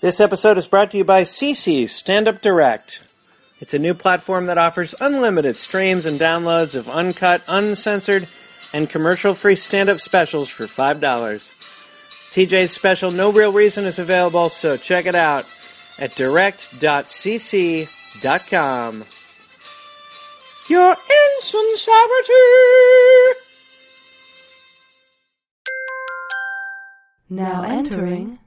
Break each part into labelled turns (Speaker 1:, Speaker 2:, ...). Speaker 1: This episode is brought to you by CC's Stand Up Direct. It's a new platform that offers unlimited streams and downloads of uncut, uncensored, and commercial free stand up specials for $5. TJ's special No Real Reason is available, so check it out at direct.cc.com. Your insincerity!
Speaker 2: Now entering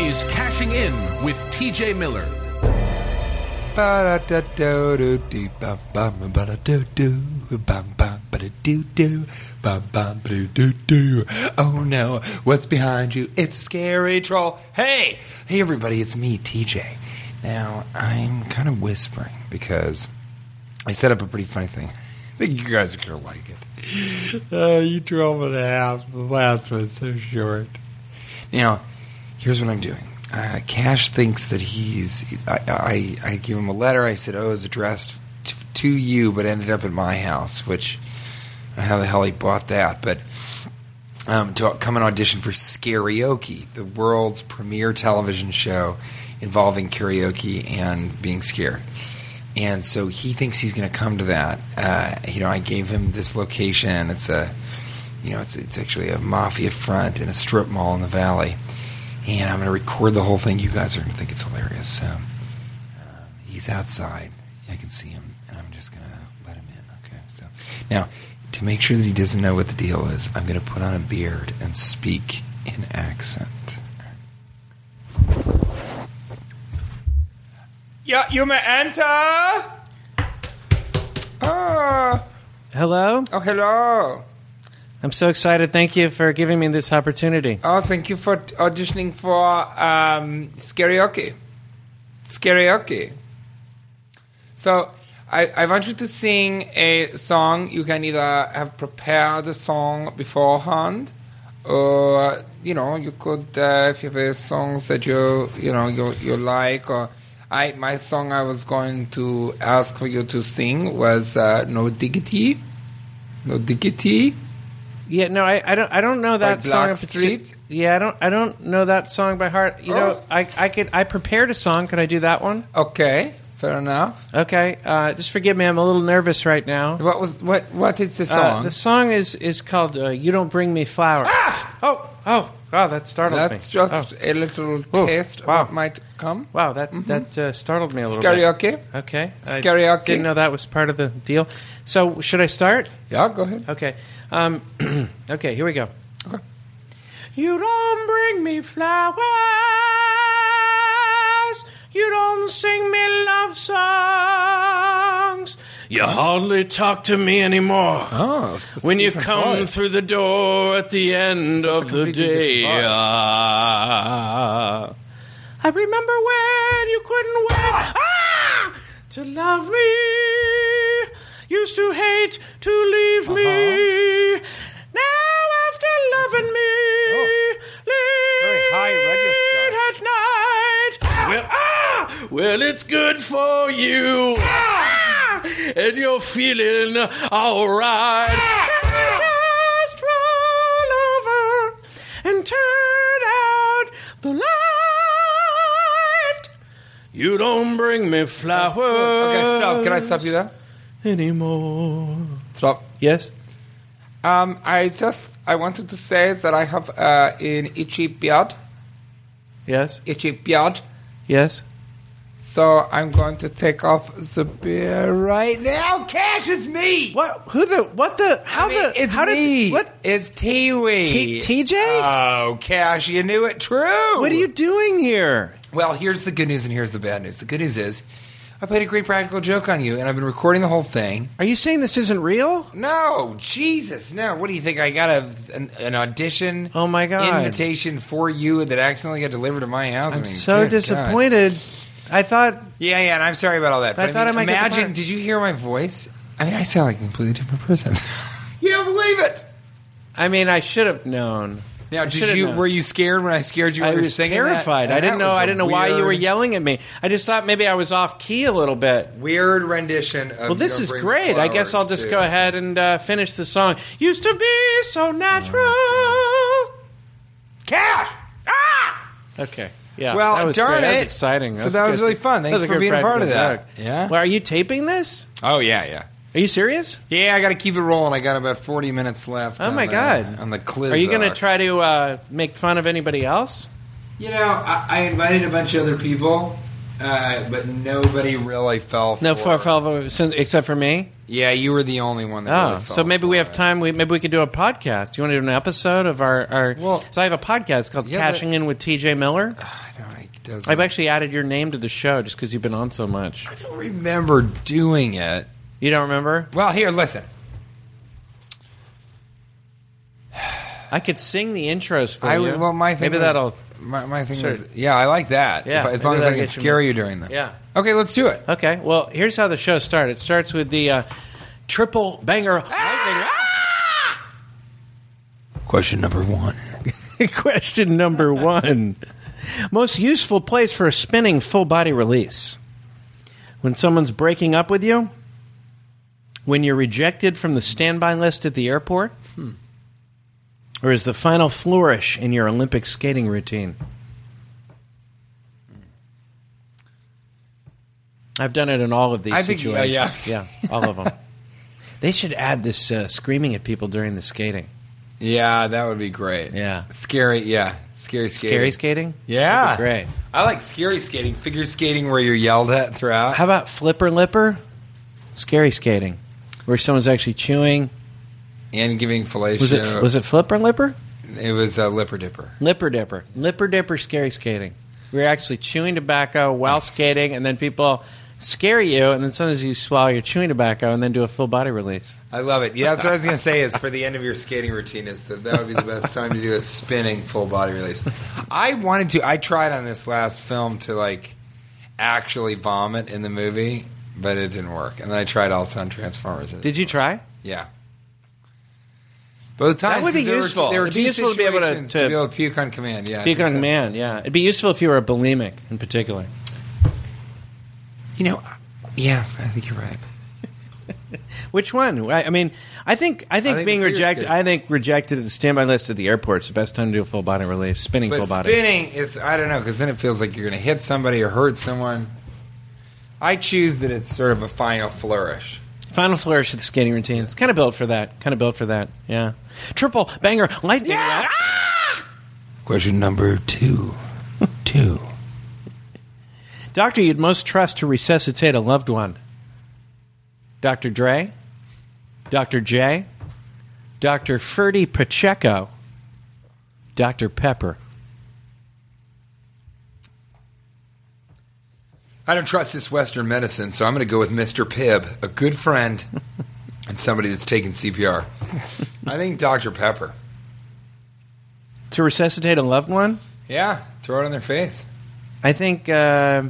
Speaker 3: is Cashing In with TJ Miller.
Speaker 4: Oh no, what's behind you? It's a scary troll. Hey! Hey everybody, it's me, TJ. Now, I'm kind of whispering because I set up a pretty funny thing. I think you guys are going to like it. Uh, you 12 and a half. The last one's so short. Now, here's what I'm doing. Uh, Cash thinks that he's. I, I, I give him a letter. I said, "Oh, it's addressed t- to you," but ended up at my house, which I don't know how the hell he bought that, but. Um, to come and audition for Scarioke, the world's premier television show involving karaoke and being scared. And so he thinks he's going to come to that. Uh, you know, I gave him this location. It's a, you know, it's, it's actually a mafia front in a strip mall in the valley and I'm going to record the whole thing. You guys are going to think it's hilarious. So uh, he's outside. I can see him, and I'm just going to let him in. Okay. So now, to make sure that he doesn't know what the deal is, I'm going to put on a beard and speak in accent. Yeah, you may enter. Oh, Ah.
Speaker 1: Hello?
Speaker 4: Oh, hello.
Speaker 1: I'm so excited. Thank you for giving me this opportunity.
Speaker 4: Oh, thank you for auditioning for um, Scarioke. Scarioke. So, I, I want you to sing a song. You can either have prepared a song beforehand, or you know, you could uh, if you have a songs that you you know you you like. Or I my song I was going to ask for you to sing was uh, No Diggity, No Diggity.
Speaker 1: Yeah, no, I, I don't I don't know that song.
Speaker 4: Black
Speaker 1: partic-
Speaker 4: Street?
Speaker 1: Yeah, I don't I don't know that song by heart. You know,
Speaker 4: Oh.
Speaker 1: I I could I prepared a song. Could I do that one?
Speaker 4: Okay, fair enough.
Speaker 1: Okay, uh, just forgive me. I'm a little nervous right now.
Speaker 4: What was what? What is the
Speaker 1: Uh,
Speaker 4: song? Ah!
Speaker 1: the song is is called uh, "You Don't Bring Me Flowers." Oh, oh, wow, that startled me.
Speaker 4: That's just Mm-hmm.
Speaker 1: Oh,
Speaker 4: a little
Speaker 1: Whoa,
Speaker 4: taste of
Speaker 1: wow.
Speaker 4: what might come.
Speaker 1: wow, that that uh, startled me a little.
Speaker 4: Karaoke?
Speaker 1: Bit. Okay, I
Speaker 4: Karaoke.
Speaker 1: Didn't know that was part of the deal. So should I start?
Speaker 4: Yeah, go ahead.
Speaker 1: Okay. Um, okay, here we go. You don't bring me flowers. You don't sing me love songs. You hardly talk to me anymore.
Speaker 4: Oh,
Speaker 1: When you come through the door at the end
Speaker 4: That's a
Speaker 1: of the
Speaker 4: completely different
Speaker 1: day,
Speaker 4: voice.
Speaker 1: ah, I remember when you couldn't wait ah, to love me. Used to hate to leave me. Now after loving me,
Speaker 4: Uh-huh. Oh. very high
Speaker 1: late
Speaker 4: register.
Speaker 1: at night. Well, ah, well, it's good for you. Ah,
Speaker 5: and you're feeling all right. Just roll over and turn out the light. You don't bring me flowers
Speaker 4: Okay, stop. Can I stop you there?
Speaker 5: anymore.
Speaker 4: Stop.
Speaker 5: Yes?
Speaker 4: Um, I just I wanted to say that I have uh, an itchy beard,
Speaker 5: Yes?
Speaker 4: itchy beard.
Speaker 5: Yes?
Speaker 4: So I'm going to take off the beard right now. Cash, it's me.
Speaker 1: What? Who the? What the? How
Speaker 4: I mean,
Speaker 1: the?
Speaker 4: It's
Speaker 1: how
Speaker 4: me.
Speaker 1: Did, what?
Speaker 4: It's Tiwi.
Speaker 1: T- TJ?
Speaker 4: Oh, Cash, you knew it. True.
Speaker 1: What are you doing here?
Speaker 4: Well, here's the good news and here's the bad news. The good news is I played a great practical joke on you, and I've been recording the whole thing.
Speaker 1: Are you saying this isn't real?
Speaker 4: No, Jesus, no. What do you think? I got a an, an audition.
Speaker 1: Oh, my God.
Speaker 4: Invitation for you that accidentally got delivered to my house. I
Speaker 1: I'm
Speaker 4: mean,
Speaker 1: so
Speaker 4: good God.
Speaker 1: disappointed. I thought
Speaker 4: Yeah, yeah, and I'm sorry about all that.
Speaker 1: But I thought I might get the
Speaker 4: imagine.
Speaker 1: part.
Speaker 4: Did you hear my voice? I mean, I sound like a completely different person. you don't believe it.
Speaker 1: I mean, I should have known.
Speaker 4: Now,
Speaker 1: I
Speaker 4: did
Speaker 1: should've
Speaker 4: you?
Speaker 1: known.
Speaker 4: Were you scared when I scared you? when
Speaker 1: I
Speaker 4: you were
Speaker 1: was
Speaker 4: singing that?
Speaker 1: terrified.
Speaker 4: And
Speaker 1: I didn't
Speaker 4: that
Speaker 1: know.
Speaker 4: was
Speaker 1: I
Speaker 4: a
Speaker 1: didn't know why you were
Speaker 4: weird-
Speaker 1: yelling at me. I just thought maybe I was off key a little bit.
Speaker 4: Weird rendition of.
Speaker 1: Well, this
Speaker 4: Don't
Speaker 1: is
Speaker 4: Bring
Speaker 1: great. I guess I'll
Speaker 4: Flowers,
Speaker 1: just
Speaker 4: too.
Speaker 1: go ahead and uh, finish the song. Used to be so natural.
Speaker 4: Cash. Ah.
Speaker 1: Okay. Yeah.
Speaker 4: Well,
Speaker 1: that was
Speaker 4: darn
Speaker 1: great. That was
Speaker 4: it.
Speaker 1: exciting.
Speaker 4: So that was
Speaker 1: good.
Speaker 4: really fun. Thanks
Speaker 1: That was
Speaker 4: for
Speaker 1: good
Speaker 4: being a part of
Speaker 1: practical
Speaker 4: that.
Speaker 1: joke.
Speaker 4: Yeah.
Speaker 1: Well, are you taping this?
Speaker 4: Oh yeah, yeah.
Speaker 1: Are you serious?
Speaker 4: Yeah, I got to keep it rolling. I got about forty minutes left.
Speaker 1: Oh
Speaker 4: on
Speaker 1: my
Speaker 4: the-
Speaker 1: God.
Speaker 4: On the clip.
Speaker 1: Are you going to try to uh, make fun of anybody else?
Speaker 4: You know, I, I invited a bunch of other people, uh, but nobody really fell.
Speaker 1: No,
Speaker 4: for
Speaker 1: for,
Speaker 4: it.
Speaker 1: for except for me.
Speaker 4: Yeah, you were the only one. that
Speaker 1: Oh,
Speaker 4: really fell
Speaker 1: so maybe
Speaker 4: for
Speaker 1: we
Speaker 4: it.
Speaker 1: have time. We maybe we could do a podcast. Do you want to do an episode of our? our
Speaker 4: Well-
Speaker 1: so I have a podcast called
Speaker 4: Yeah, but-
Speaker 1: Cashing In with TJ Miller.
Speaker 4: I don't, I, doesn't-
Speaker 1: I've actually added your name to the show just because you've been on so much.
Speaker 4: I don't remember doing it.
Speaker 1: You don't remember?
Speaker 4: Well, here, listen.
Speaker 1: I could sing the intros for
Speaker 4: I
Speaker 1: you.
Speaker 4: was, well, my thing
Speaker 1: maybe
Speaker 4: was-
Speaker 1: that'll.
Speaker 4: My, my thing
Speaker 1: Sure.
Speaker 4: was yeah, I like that.
Speaker 1: Yeah,
Speaker 4: If I- as
Speaker 1: maybe
Speaker 4: long as I
Speaker 1: that'll
Speaker 4: can
Speaker 1: get you
Speaker 4: scare
Speaker 1: more-
Speaker 4: you during them.
Speaker 1: Yeah.
Speaker 4: Okay, let's do it.
Speaker 1: Okay. Well, here's how the show starts. It starts with the uh, triple banger.
Speaker 4: Question number one.
Speaker 1: Question number one: Most useful place for a spinning full body release. When someone's breaking up with you. When you're rejected from the standby list at the airport.
Speaker 4: Hmm.
Speaker 1: Or is the final flourish in your Olympic skating routine? I've done it in all of these
Speaker 4: I think- yeah,
Speaker 1: situations.
Speaker 4: yeah.
Speaker 1: yeah, all of them. they should add this uh, screaming at people during the skating.
Speaker 4: Yeah, that would be great.
Speaker 1: Yeah.
Speaker 4: Scary. Yeah. Scary. Skating.
Speaker 1: Scary skating? That'd
Speaker 4: Yeah.
Speaker 1: be great.
Speaker 4: I like scary skating, figure skating where you're yelled at throughout.
Speaker 1: How about flipper lipper? Scary skating, where someone's actually chewing.
Speaker 4: and giving fellatio.
Speaker 1: Was it was it flipper lipper?
Speaker 4: It was a lipper dipper.
Speaker 1: Lipper dipper, lipper dipper, scary skating. We're actually chewing tobacco while skating, and then people scare you, and then sometimes you swallow your chewing tobacco, and then do a full body release.
Speaker 4: I love it. Yeah, that's what I was going to say. Is for the end of your skating routine is that that would be the best time to do a spinning full body release. I wanted to. I tried on this last film to like actually vomit in the movie, but it didn't work. And then I tried also on Transformers. and it-
Speaker 1: Did you try?
Speaker 4: yeah. Both times 'cause
Speaker 1: would be
Speaker 4: there were-
Speaker 1: useful.
Speaker 4: there were
Speaker 1: It'd be
Speaker 4: two
Speaker 1: useful to be able to-
Speaker 4: situations
Speaker 1: to-
Speaker 4: be able to puke on command. Yeah, I
Speaker 1: Puke
Speaker 4: think
Speaker 1: on
Speaker 4: so.
Speaker 1: man, yeah. It'd be useful if you were a bulimic in particular.
Speaker 4: You know, I- yeah, I think you're right.
Speaker 1: Which one? I, I mean, I think I think,
Speaker 4: think
Speaker 1: being
Speaker 4: the fear is
Speaker 1: rejected.
Speaker 4: good.
Speaker 1: I think rejected at the standby list at the airport is the best time to do a full body release. Spinning
Speaker 4: But
Speaker 1: full body.
Speaker 4: spinning, it's I don't know because then it feels like you're going to hit somebody or hurt someone. I choose that it's sort of a final flourish.
Speaker 1: Final flourish of the skating routine. It's kind of built for that. Kind of built for that. Yeah. Triple banger lightning. round.
Speaker 4: Question number two, two.
Speaker 1: Doctor you'd most trust to resuscitate a loved one. Dr. Dre, Dr. J, Dr. Ferdy Pacheco, Dr. Pepper.
Speaker 4: I don't trust this Western medicine, so I'm going to go with Mr. Pibb, a good friend, and somebody that's taken CPR. I think Dr. Pepper.
Speaker 1: To resuscitate a loved one?
Speaker 4: Yeah, throw it on their face.
Speaker 1: I think uh,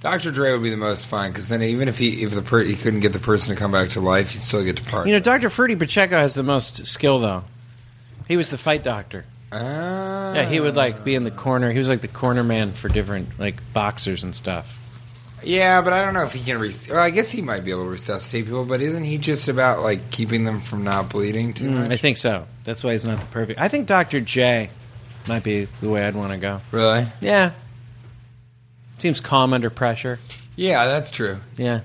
Speaker 4: Dr. Dre would be the most fun because then even if he if the per- he couldn't get the person to come back to life, he'd still get to part.
Speaker 1: you know
Speaker 4: with it.
Speaker 1: Dr. Ferdy Pacheco has the most skill though. He was the fight doctor.
Speaker 4: Ah.
Speaker 1: Yeah, he would like be in the corner. He was like the corner man for different like boxers and stuff.
Speaker 4: Yeah, but I don't know if he can. Re- well, I guess he might be able to resuscitate people, but isn't he just about like keeping them from not bleeding too much?
Speaker 1: Mm, I think so. That's why he's not the perfect. I think Dr. J might be the way I'd want to go.
Speaker 4: Really?
Speaker 1: Yeah. Seems calm under pressure.
Speaker 4: Yeah, that's true.
Speaker 1: Yeah.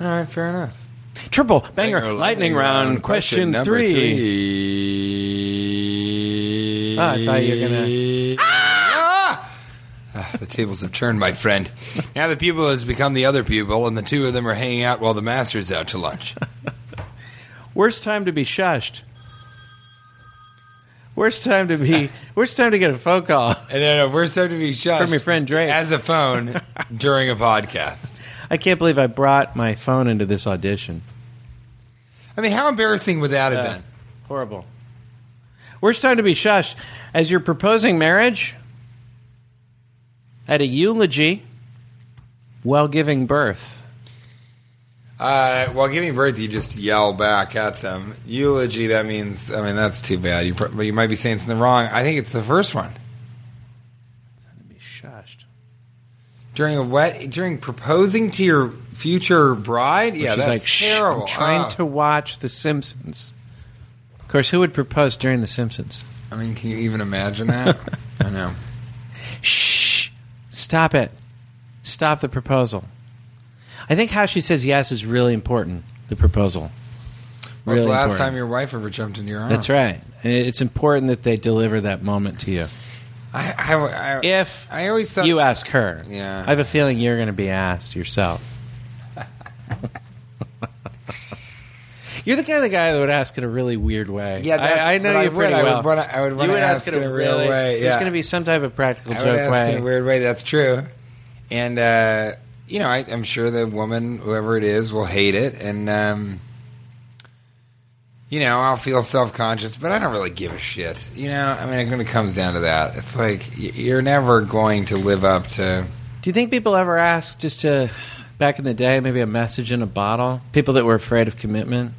Speaker 4: All right, fair enough.
Speaker 1: Triple banger, lightning, round, question,
Speaker 4: number
Speaker 1: three.
Speaker 4: three.
Speaker 1: Ah, I thought you were gonna-
Speaker 4: Ah! Ah, the tables have turned, my friend. Now the pupil has become the other pupil, and the two of them are hanging out while the master's out to lunch.
Speaker 1: Worst time to be shushed. Worst time to be. worst time to get a phone call.
Speaker 4: And then a worst time to be shot
Speaker 1: From your friend Drake.
Speaker 4: as a phone during a podcast.
Speaker 1: I can't believe I brought my phone into this audition.
Speaker 4: I mean, how embarrassing would that have
Speaker 1: Uh,
Speaker 4: been?
Speaker 1: horrible. Worst time to be shushed. As you're proposing marriage, at a eulogy, while giving birth.
Speaker 4: Uh, while giving birth, you just yell back at them. Eulogy. That means. I mean, that's too bad. You pro- but you might be saying something wrong. I think it's the first one
Speaker 1: Time to be shushed.
Speaker 4: during a wet during proposing to your future bride. yeah,
Speaker 1: She's
Speaker 4: that's
Speaker 1: like, "Shh, I'm
Speaker 4: terrible.
Speaker 1: trying
Speaker 4: Ah.
Speaker 1: to watch The Simpsons. Of course, who would propose during The Simpsons?
Speaker 4: I mean, can you even imagine that? I know.
Speaker 1: Shh! Stop it. Stop the proposal. I think how she says yes is really important. The proposal.
Speaker 4: When's
Speaker 1: Really
Speaker 4: the last
Speaker 1: important.
Speaker 4: time your wife ever jumped into your arms?
Speaker 1: That's right. And It's important that they deliver that moment to you.
Speaker 4: I, I, I,
Speaker 1: If
Speaker 4: I always thought
Speaker 1: you ask her,
Speaker 4: Yeah.
Speaker 1: I have a feeling you're going to be asked yourself. you're the kind of guy that would ask in a really weird way.
Speaker 4: Yeah, that's-
Speaker 1: I, I know
Speaker 4: but I
Speaker 1: you
Speaker 4: would.
Speaker 1: pretty
Speaker 4: I would
Speaker 1: well.
Speaker 4: wanna- I would
Speaker 1: You
Speaker 4: wanna ask
Speaker 1: in
Speaker 4: in a real way,
Speaker 1: There's
Speaker 4: yeah.
Speaker 1: going to be some type of practical
Speaker 4: I would
Speaker 1: joke
Speaker 4: ask
Speaker 1: way.
Speaker 4: in a weird way. That's true. And uh, you know, I, I'm sure the woman, whoever it is, will hate it, and um, you know, I'll feel self conscious, but I don't really give a shit. You know, I mean, it kind of comes down to that. It's like y- you're never going to live up to.
Speaker 1: Do you think people ever ask just to back in the day, maybe a message in a bottle? People that were afraid of commitment,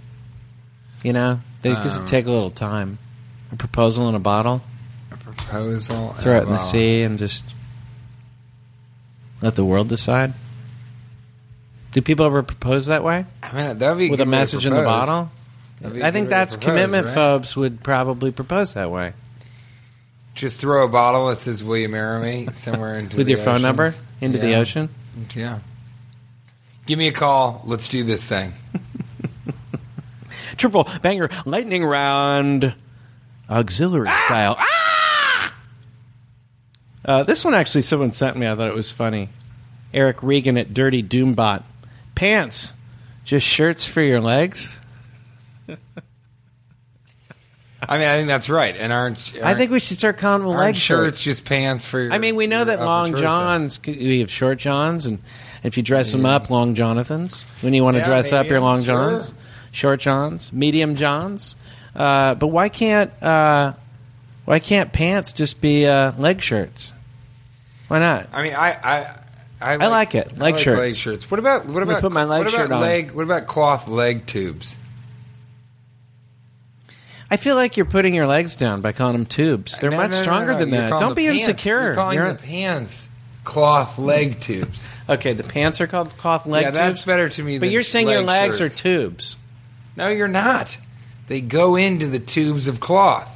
Speaker 1: you know, they just take a little time. A proposal in a bottle,
Speaker 4: a Proposal. uh,
Speaker 1: throw it in the
Speaker 4: well,
Speaker 1: sea, and just let the world decide. Do people ever propose that way
Speaker 4: I mean, that'd be a
Speaker 1: with a
Speaker 4: good way to
Speaker 1: message in the
Speaker 4: propose.
Speaker 1: bottle?
Speaker 4: That'd be a
Speaker 1: I
Speaker 4: good
Speaker 1: think
Speaker 4: way to
Speaker 1: that's
Speaker 4: propose,
Speaker 1: commitment
Speaker 4: right?
Speaker 1: phobes would probably propose that way.
Speaker 4: Just throw a bottle that says "Will you marry me?" somewhere into
Speaker 1: with
Speaker 4: the
Speaker 1: your phone number
Speaker 4: oceans.
Speaker 1: into the
Speaker 4: Yeah.
Speaker 1: ocean.
Speaker 4: Yeah. Give me a call. Let's do this thing.
Speaker 1: Triple banger lightning round auxiliary
Speaker 4: Ah!
Speaker 1: style. Uh, this one actually someone sent me. I thought it was funny. Eric Regan at Dirty Doombot. Pants. Just shirts for your legs?
Speaker 4: I mean, I think that's right. And aren't,
Speaker 1: I think we should start calling them
Speaker 4: aren't
Speaker 1: leg
Speaker 4: shirts
Speaker 1: shirts.
Speaker 4: just pants for? Your,
Speaker 1: I mean, we know
Speaker 4: your
Speaker 1: that
Speaker 4: upper
Speaker 1: long
Speaker 4: torso?
Speaker 1: johns, we have short johns, and if you dress them up, long jonathans. When you want to
Speaker 4: Yeah,
Speaker 1: dress up your
Speaker 4: mediums,
Speaker 1: long
Speaker 4: sure.
Speaker 1: johns, short johns, medium johns. Uh, but why can't uh, why can't pants just be uh, leg shirts? Why not?
Speaker 4: I mean, I I. I like,
Speaker 1: like it.
Speaker 4: I
Speaker 1: Leg shirts.
Speaker 4: Leg shirts. What about what
Speaker 1: me
Speaker 4: about
Speaker 1: put my leg
Speaker 4: what about
Speaker 1: shirt on.
Speaker 4: leg what about cloth leg tubes?
Speaker 1: I feel like you're putting your legs down by calling them tubes. They're
Speaker 4: No,
Speaker 1: much
Speaker 4: no, no,
Speaker 1: stronger
Speaker 4: no.
Speaker 1: than
Speaker 4: You're
Speaker 1: that.
Speaker 4: calling
Speaker 1: Don't
Speaker 4: the
Speaker 1: be
Speaker 4: pants-
Speaker 1: insecure.
Speaker 4: You're calling
Speaker 1: You're-
Speaker 4: the pants cloth leg tubes.
Speaker 1: okay, the pants are called cloth leg
Speaker 4: yeah, that's
Speaker 1: tubes,
Speaker 4: better to me.
Speaker 1: but
Speaker 4: than
Speaker 1: you're saying your
Speaker 4: leg
Speaker 1: legs
Speaker 4: shirts.
Speaker 1: are tubes.
Speaker 4: No, you're not. They go into the tubes of cloth.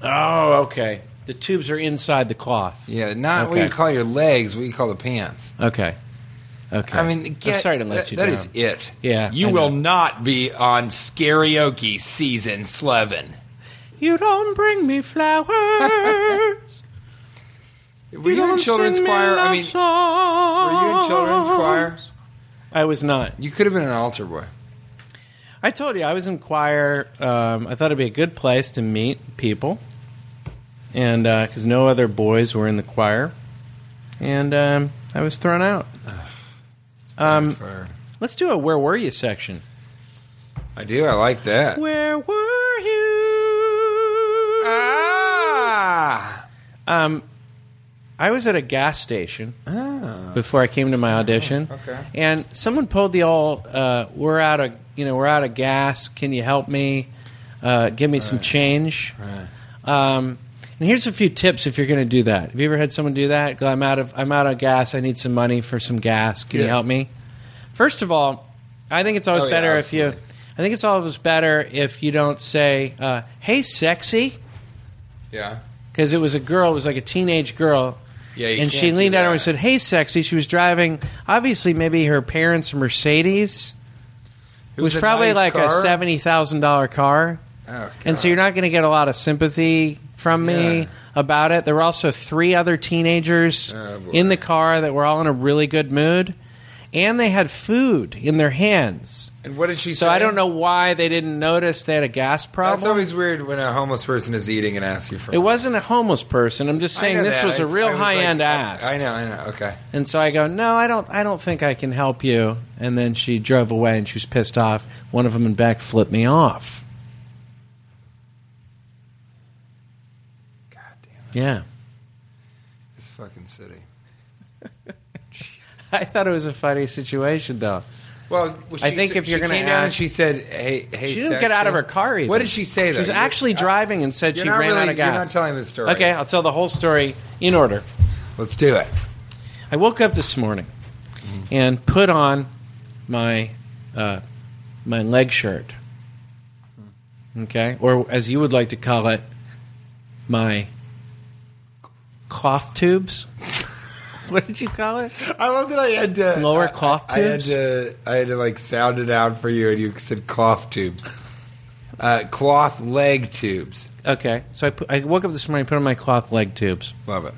Speaker 1: Oh, okay. The tubes are inside the cloth.
Speaker 4: Yeah, not what
Speaker 1: Okay.
Speaker 4: you call your legs. What you call the pants.
Speaker 1: Okay. Okay.
Speaker 4: I mean, get,
Speaker 1: I'm sorry to let
Speaker 4: that-
Speaker 1: you
Speaker 4: That
Speaker 1: down.
Speaker 4: is it.
Speaker 1: Yeah,
Speaker 4: you
Speaker 1: I
Speaker 4: will
Speaker 1: know.
Speaker 4: not be on Scarioki season eleven.
Speaker 1: You don't bring me flowers.
Speaker 4: Were you in children's choir? I mean, were you in children's choir?
Speaker 1: I was not.
Speaker 4: You could have been an altar boy.
Speaker 1: I told you I was in choir. Um, I thought it'd be a good place to meet people, and because no other boys were in the choir, and um, I was thrown out. Um,
Speaker 4: Or-
Speaker 1: let's do a "Where Were You" section.
Speaker 4: I do. I like that.
Speaker 1: Where were you?
Speaker 4: Ah,
Speaker 1: Um, I was at a gas station before I came to my audition.
Speaker 4: Ah. Oh, okay.
Speaker 1: And someone pulled the old, uh, "We're out of, you know, we're out of gas. Can you help me? Uh, give me some change." Um, And here's a few tips if you're going to do that. Have you ever had someone do that? Go, I'm out of I'm out of gas. I need some money for some gas. Can you
Speaker 4: Yeah.
Speaker 1: help me? First of all, I think it's always
Speaker 4: Oh, yeah,
Speaker 1: better if you.
Speaker 4: absolutely.
Speaker 1: I think it's always better if you don't say, uh, "Hey, sexy,"
Speaker 4: Yeah.
Speaker 1: because it was a girl. It was like a teenage girl.
Speaker 4: Yeah, you
Speaker 1: and
Speaker 4: can't
Speaker 1: she
Speaker 4: do
Speaker 1: leaned out
Speaker 4: that.
Speaker 1: and said, "Hey, sexy." She was driving, obviously, maybe her parents' Mercedes. It was,
Speaker 4: was a
Speaker 1: probably
Speaker 4: nice
Speaker 1: like a
Speaker 4: car.
Speaker 1: seventy thousand dollar car,
Speaker 4: Oh,
Speaker 1: and so you're not going to get a lot of sympathy from me
Speaker 4: Yeah.
Speaker 1: about it. There were also three other teenagers
Speaker 4: Oh, boy.
Speaker 1: in the car that were all in a really good mood, and they had food in their hands.
Speaker 4: And what did she
Speaker 1: So
Speaker 4: say?
Speaker 1: I don't know why they didn't notice they had a gas problem.
Speaker 4: That's always weird when a homeless person is eating and asks you for.
Speaker 1: it wasn't a homeless person. I'm just
Speaker 4: I
Speaker 1: saying
Speaker 4: know
Speaker 1: this
Speaker 4: that.
Speaker 1: was a
Speaker 4: It's-
Speaker 1: real
Speaker 4: I was
Speaker 1: high end
Speaker 4: like, I-
Speaker 1: ask.
Speaker 4: I know. I know. Okay.
Speaker 1: And so I go, no, I don't, I don't think I can help you. And then she drove away, and she was pissed off. One of them in back flipped me off.
Speaker 4: God damn it.
Speaker 1: Yeah,
Speaker 4: This fucking city.
Speaker 1: I thought it was a funny situation, though.
Speaker 4: Well, well,
Speaker 1: I
Speaker 4: she
Speaker 1: think
Speaker 4: said-
Speaker 1: if you're
Speaker 4: she
Speaker 1: gonna
Speaker 4: came down and
Speaker 1: ask-
Speaker 4: she said, "Hey, hey,"
Speaker 1: she didn't get out of her car. Either.
Speaker 4: What did she say? Though? Uh,
Speaker 1: She was
Speaker 4: You-
Speaker 1: actually
Speaker 4: I-
Speaker 1: driving and said
Speaker 4: You're
Speaker 1: she
Speaker 4: not
Speaker 1: ran
Speaker 4: really-
Speaker 1: out of
Speaker 4: you're
Speaker 1: gas.
Speaker 4: not telling this story.
Speaker 1: Okay, I'll tell the whole story in order.
Speaker 4: Let's do it.
Speaker 1: I woke up this morning and put on my uh, my leg shirt. Okay, or as you would like to call it, my cough tubes. what did you call it?
Speaker 4: I love that I had to
Speaker 1: Lower
Speaker 4: I-
Speaker 1: cough
Speaker 4: I, I had
Speaker 1: tubes?
Speaker 4: to. I had to like sound it out for you, and you said cough tubes, uh, cloth leg tubes.
Speaker 1: Okay, so I, put, I woke up this morning, put on my cloth leg tubes.
Speaker 4: Love it.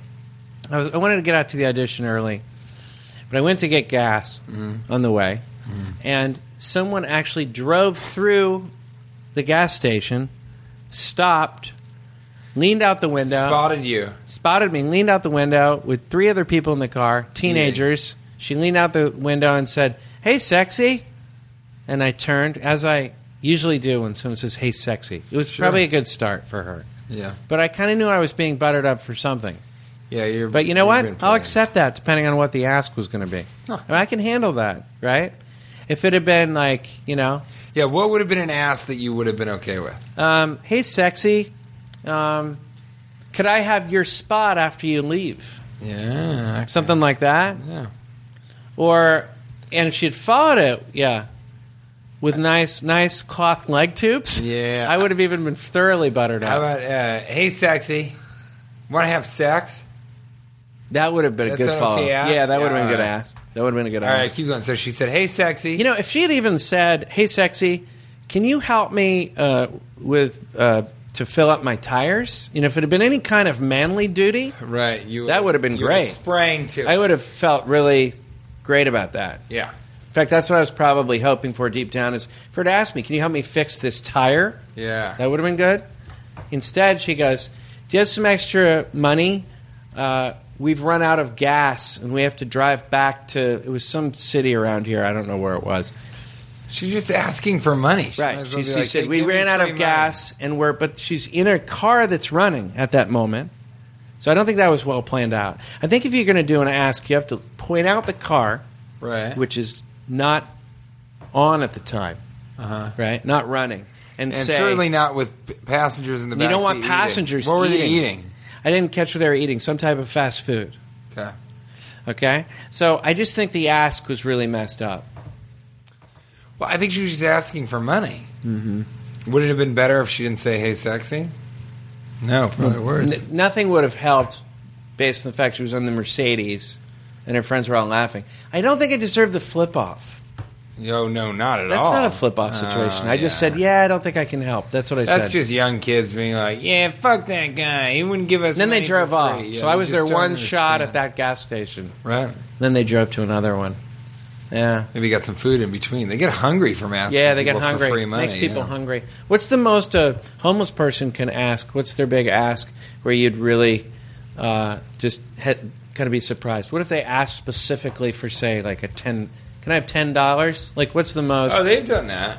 Speaker 1: I, was, I wanted to get out to the audition early, but I went to get gas on the way, and someone actually drove through the gas station, stopped, leaned out the window,
Speaker 4: Spotted you.
Speaker 1: spotted me, leaned out the window with three other people in the car, teenagers. She leaned out the window and said, "Hey, sexy," and I turned as I usually do when someone says, "Hey, sexy." It was probably a good start for her,
Speaker 4: Yeah.
Speaker 1: but I kind of knew I was being buttered up for something.
Speaker 4: Yeah. You're.
Speaker 1: But you know
Speaker 4: you're
Speaker 1: what?
Speaker 4: being
Speaker 1: I'll
Speaker 4: played.
Speaker 1: accept that depending on what the ask was going to be. I, mean, I can handle that, right? If it had been like, you know,
Speaker 4: Yeah. What would have been an ass that you would have been okay with?
Speaker 1: um, hey, sexy, um, could I have your spot after you leave?
Speaker 4: Yeah.
Speaker 1: Something like that.
Speaker 4: Yeah.
Speaker 1: Or, and if she'd followed it, yeah, with nice, nice cloth leg tubes,
Speaker 4: Yeah.
Speaker 1: I would have even been thoroughly buttered
Speaker 4: How
Speaker 1: up.
Speaker 4: about uh, hey, sexy? Want to have sex?
Speaker 1: that would have been a
Speaker 4: That's
Speaker 1: good
Speaker 4: an
Speaker 1: follow.
Speaker 4: okay ask?
Speaker 1: yeah, that would have been a
Speaker 4: Yeah,
Speaker 1: good
Speaker 4: all right.
Speaker 1: ask. That would have been a good
Speaker 4: All
Speaker 1: ask.
Speaker 4: right, keep going. So she said, "Hey, sexy."
Speaker 1: You know, if she had even said, "Hey, sexy, can you help me uh, with uh, to fill up my tires?" You know, if it had been any kind of manly duty,
Speaker 4: Right. You
Speaker 1: That would have been
Speaker 4: you would have
Speaker 1: great.
Speaker 4: Sprang to.
Speaker 1: I would have felt really great about that.
Speaker 4: Yeah.
Speaker 1: In fact, that's what I was probably hoping for deep down is for her to ask me, "Can you help me fix this tire?"
Speaker 4: Yeah.
Speaker 1: That would have been good. Instead, she goes, "Do you have some extra money? Uh, we've run out of gas, and we have to drive back to it was some city around here. I don't know where it was."
Speaker 4: She's just asking for money. She might
Speaker 1: Right.
Speaker 4: as
Speaker 1: She,
Speaker 4: well be
Speaker 1: she
Speaker 4: like,
Speaker 1: said
Speaker 4: "Hey,
Speaker 1: we
Speaker 4: give me
Speaker 1: ran out of
Speaker 4: free money."
Speaker 1: gas, and we're but she's in a car that's running at that moment. So I don't think that was well planned out. I think if you're going to do an ask, you have to point out the car,
Speaker 4: Right.
Speaker 1: which is not on at the time,
Speaker 4: Uh-huh.
Speaker 1: right? Not running, and,
Speaker 4: And
Speaker 1: say,
Speaker 4: certainly not with p- passengers in the
Speaker 1: you
Speaker 4: back.
Speaker 1: don't want passengers.
Speaker 4: What were
Speaker 1: eating.
Speaker 4: they eating?
Speaker 1: I didn't catch what they were eating. Some type of fast food.
Speaker 4: Okay.
Speaker 1: Okay, so I just think the ask was really messed up.
Speaker 4: Well, I think she was just asking for money. Mm-hmm. Would it have been better if she didn't say, "Hey, sexy"? No, probably worse.
Speaker 1: N- nothing would have helped based on the fact she was on the Mercedes and her friends were all laughing. I don't think I deserved the flip off.
Speaker 4: No, no, not at
Speaker 1: That's
Speaker 4: all.
Speaker 1: not a flip off situation.
Speaker 4: Oh,
Speaker 1: I just
Speaker 4: yeah.
Speaker 1: said, yeah, I don't think I can help. That's what I
Speaker 4: That's
Speaker 1: said.
Speaker 4: just young kids being like, "Yeah, fuck that guy. He wouldn't give us."
Speaker 1: then they
Speaker 4: money for
Speaker 1: drove
Speaker 4: free."
Speaker 1: off.
Speaker 4: Yeah,
Speaker 1: so I
Speaker 4: you
Speaker 1: was
Speaker 4: just
Speaker 1: their
Speaker 4: don't
Speaker 1: one shot
Speaker 4: understand.
Speaker 1: at that gas station.
Speaker 4: Right.
Speaker 1: Then they drove to another one. Yeah.
Speaker 4: Maybe got some food in between. They get hungry from asking.
Speaker 1: yeah, they get
Speaker 4: people
Speaker 1: hungry.
Speaker 4: For free money,
Speaker 1: Makes people
Speaker 4: yeah.
Speaker 1: hungry. What's the most a homeless person can ask? What's their big ask where you'd really uh, just he- kind of be surprised? What if they asked specifically for, say, like a ten? Can I have ten dollars? Like, what's the most?
Speaker 4: Oh, they've done that.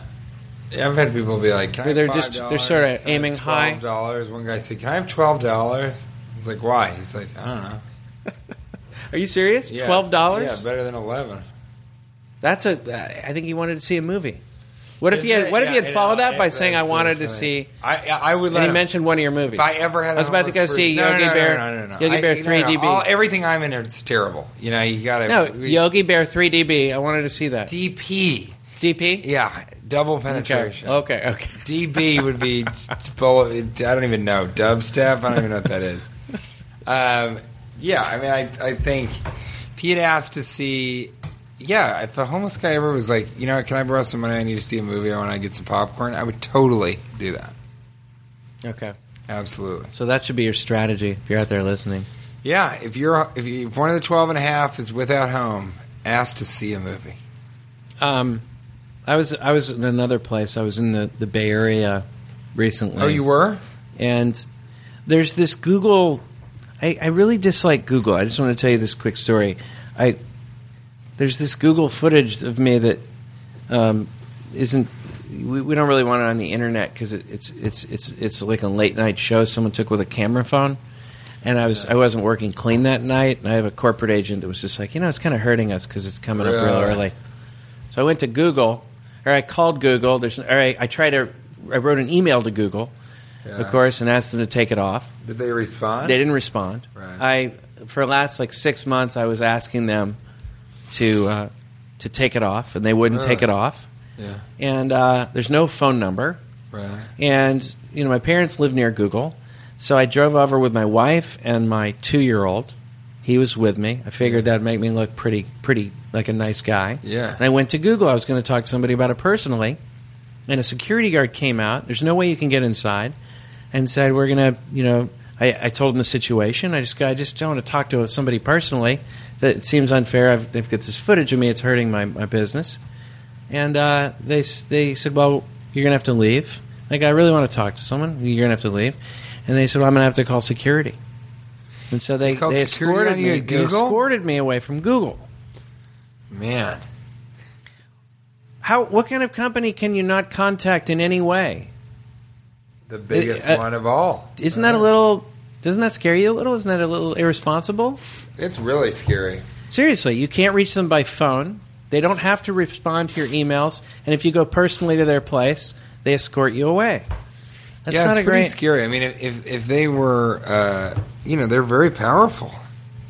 Speaker 4: Yeah, I've had people be like, Can I
Speaker 1: Where
Speaker 4: have
Speaker 1: they're just-
Speaker 4: $5?
Speaker 1: they're sorta
Speaker 4: Can I have
Speaker 1: aiming high.
Speaker 4: $12? One guy said, Can I have $12? He's like, Why? He's like, I don't know.
Speaker 1: Are you serious?
Speaker 4: Yeah,
Speaker 1: Twelve
Speaker 4: it's-
Speaker 1: dollars?
Speaker 4: Yeah, better than 11
Speaker 1: That's a. I think he wanted to see a movie. What if
Speaker 4: Is
Speaker 1: you had,
Speaker 4: it?
Speaker 1: what if
Speaker 4: Yeah,
Speaker 1: you had
Speaker 4: I know.
Speaker 1: followed that by
Speaker 4: It's-
Speaker 1: saying I
Speaker 4: it's
Speaker 1: wanted
Speaker 4: really
Speaker 1: to
Speaker 4: funny.
Speaker 1: see?
Speaker 4: I I would.
Speaker 1: And
Speaker 4: let
Speaker 1: he
Speaker 4: him-
Speaker 1: mentioned one of your movies.
Speaker 4: If I ever had,
Speaker 1: I was
Speaker 4: an
Speaker 1: about to go
Speaker 4: Elvis
Speaker 1: see
Speaker 4: Presley- No,
Speaker 1: Yogi
Speaker 4: no, no,
Speaker 1: Bear.
Speaker 4: No, no, no,
Speaker 1: Yogi
Speaker 4: I-
Speaker 1: Bear
Speaker 4: no, no,
Speaker 1: 3DB.
Speaker 4: all- everything I'm in it's terrible. You know, you gotta
Speaker 1: No,
Speaker 4: we-
Speaker 1: Yogi Bear 3DB. I wanted to see that.
Speaker 4: DP.
Speaker 1: DP.
Speaker 4: Yeah, double
Speaker 1: Okay.
Speaker 4: penetration.
Speaker 1: Okay. Okay.
Speaker 4: DB would be full of, I don't even know dubstep. I don't even know what that is. Um, yeah, I mean, I, I think if he had asked to see, yeah, if a homeless guy ever was like, you know, what, can I borrow some money? I need to see a movie. I want to get some popcorn. I would totally do that.
Speaker 1: Okay.
Speaker 4: Absolutely.
Speaker 1: So that should be your strategy if you're out there listening.
Speaker 4: Yeah, if you're if, you, if one of the 12 and a half is without home, ask to see a movie.
Speaker 1: Um, I was I was in another place. I was in the, the Bay Area recently.
Speaker 4: Oh, you were?
Speaker 1: And there's this Google. I, I really dislike Google. I just want to tell you this quick story. I there's this Google footage of me that um, isn't. We, we don't really want it on the internet because it, it's it's it's it's like a late night show someone took with a camera phone. And I was I wasn't working clean that night, and I have a corporate agent that was just like, you know, it's kind of hurting us because it's coming up real
Speaker 4: Really?
Speaker 1: early. So I went to Google, or I called Google. There's, or I, I tried to, I wrote an email to Google,
Speaker 4: Yeah.
Speaker 1: of course, and asked them to take it off.
Speaker 4: Did they respond?
Speaker 1: They didn't respond.
Speaker 4: Right.
Speaker 1: I, for the last like six months, I was asking them to uh, to take it off, and they wouldn't take
Speaker 4: Really?
Speaker 1: it off.
Speaker 4: Yeah.
Speaker 1: And uh, there's no phone number.
Speaker 4: Right.
Speaker 1: And you know, my parents live near Google, so I drove over with my wife and my two-year-old. He was with me. I figured that'd make me look pretty, pretty like a nice guy.
Speaker 4: Yeah.
Speaker 1: And I went to Google. I was going to talk to somebody about it personally, and a security guard came out. There's no way you can get inside, and said, "We're going to, you know." I, I told him the situation. I just, go, I just don't want to talk to somebody personally. That it seems unfair. I've, they've got this footage of me. It's hurting my, my business. And uh, they they said, "Well, you're gonna have to leave." Like, I really want to talk to someone. You're gonna have to leave. And they said, "Well, I'm gonna have to call security." And so they,
Speaker 4: You called
Speaker 1: they
Speaker 4: security
Speaker 1: escorted
Speaker 4: on you
Speaker 1: me.
Speaker 4: at
Speaker 1: They
Speaker 4: Google?
Speaker 1: escorted me away from Google.
Speaker 4: Man.
Speaker 1: How? What kind of company can you not contact in any way?
Speaker 4: The biggest
Speaker 1: uh,
Speaker 4: one of all.
Speaker 1: Isn't
Speaker 4: Uh.
Speaker 1: that a little? Doesn't that scare you a little? Isn't that a little irresponsible?
Speaker 4: It's really scary.
Speaker 1: Seriously, you can't reach them by phone. They don't have to respond to your emails. And if you go personally to their place, they escort you away. That's
Speaker 4: yeah,
Speaker 1: not
Speaker 4: it's
Speaker 1: a
Speaker 4: pretty
Speaker 1: great.
Speaker 4: scary. I mean, if if, if they were, uh, you know, they're very powerful.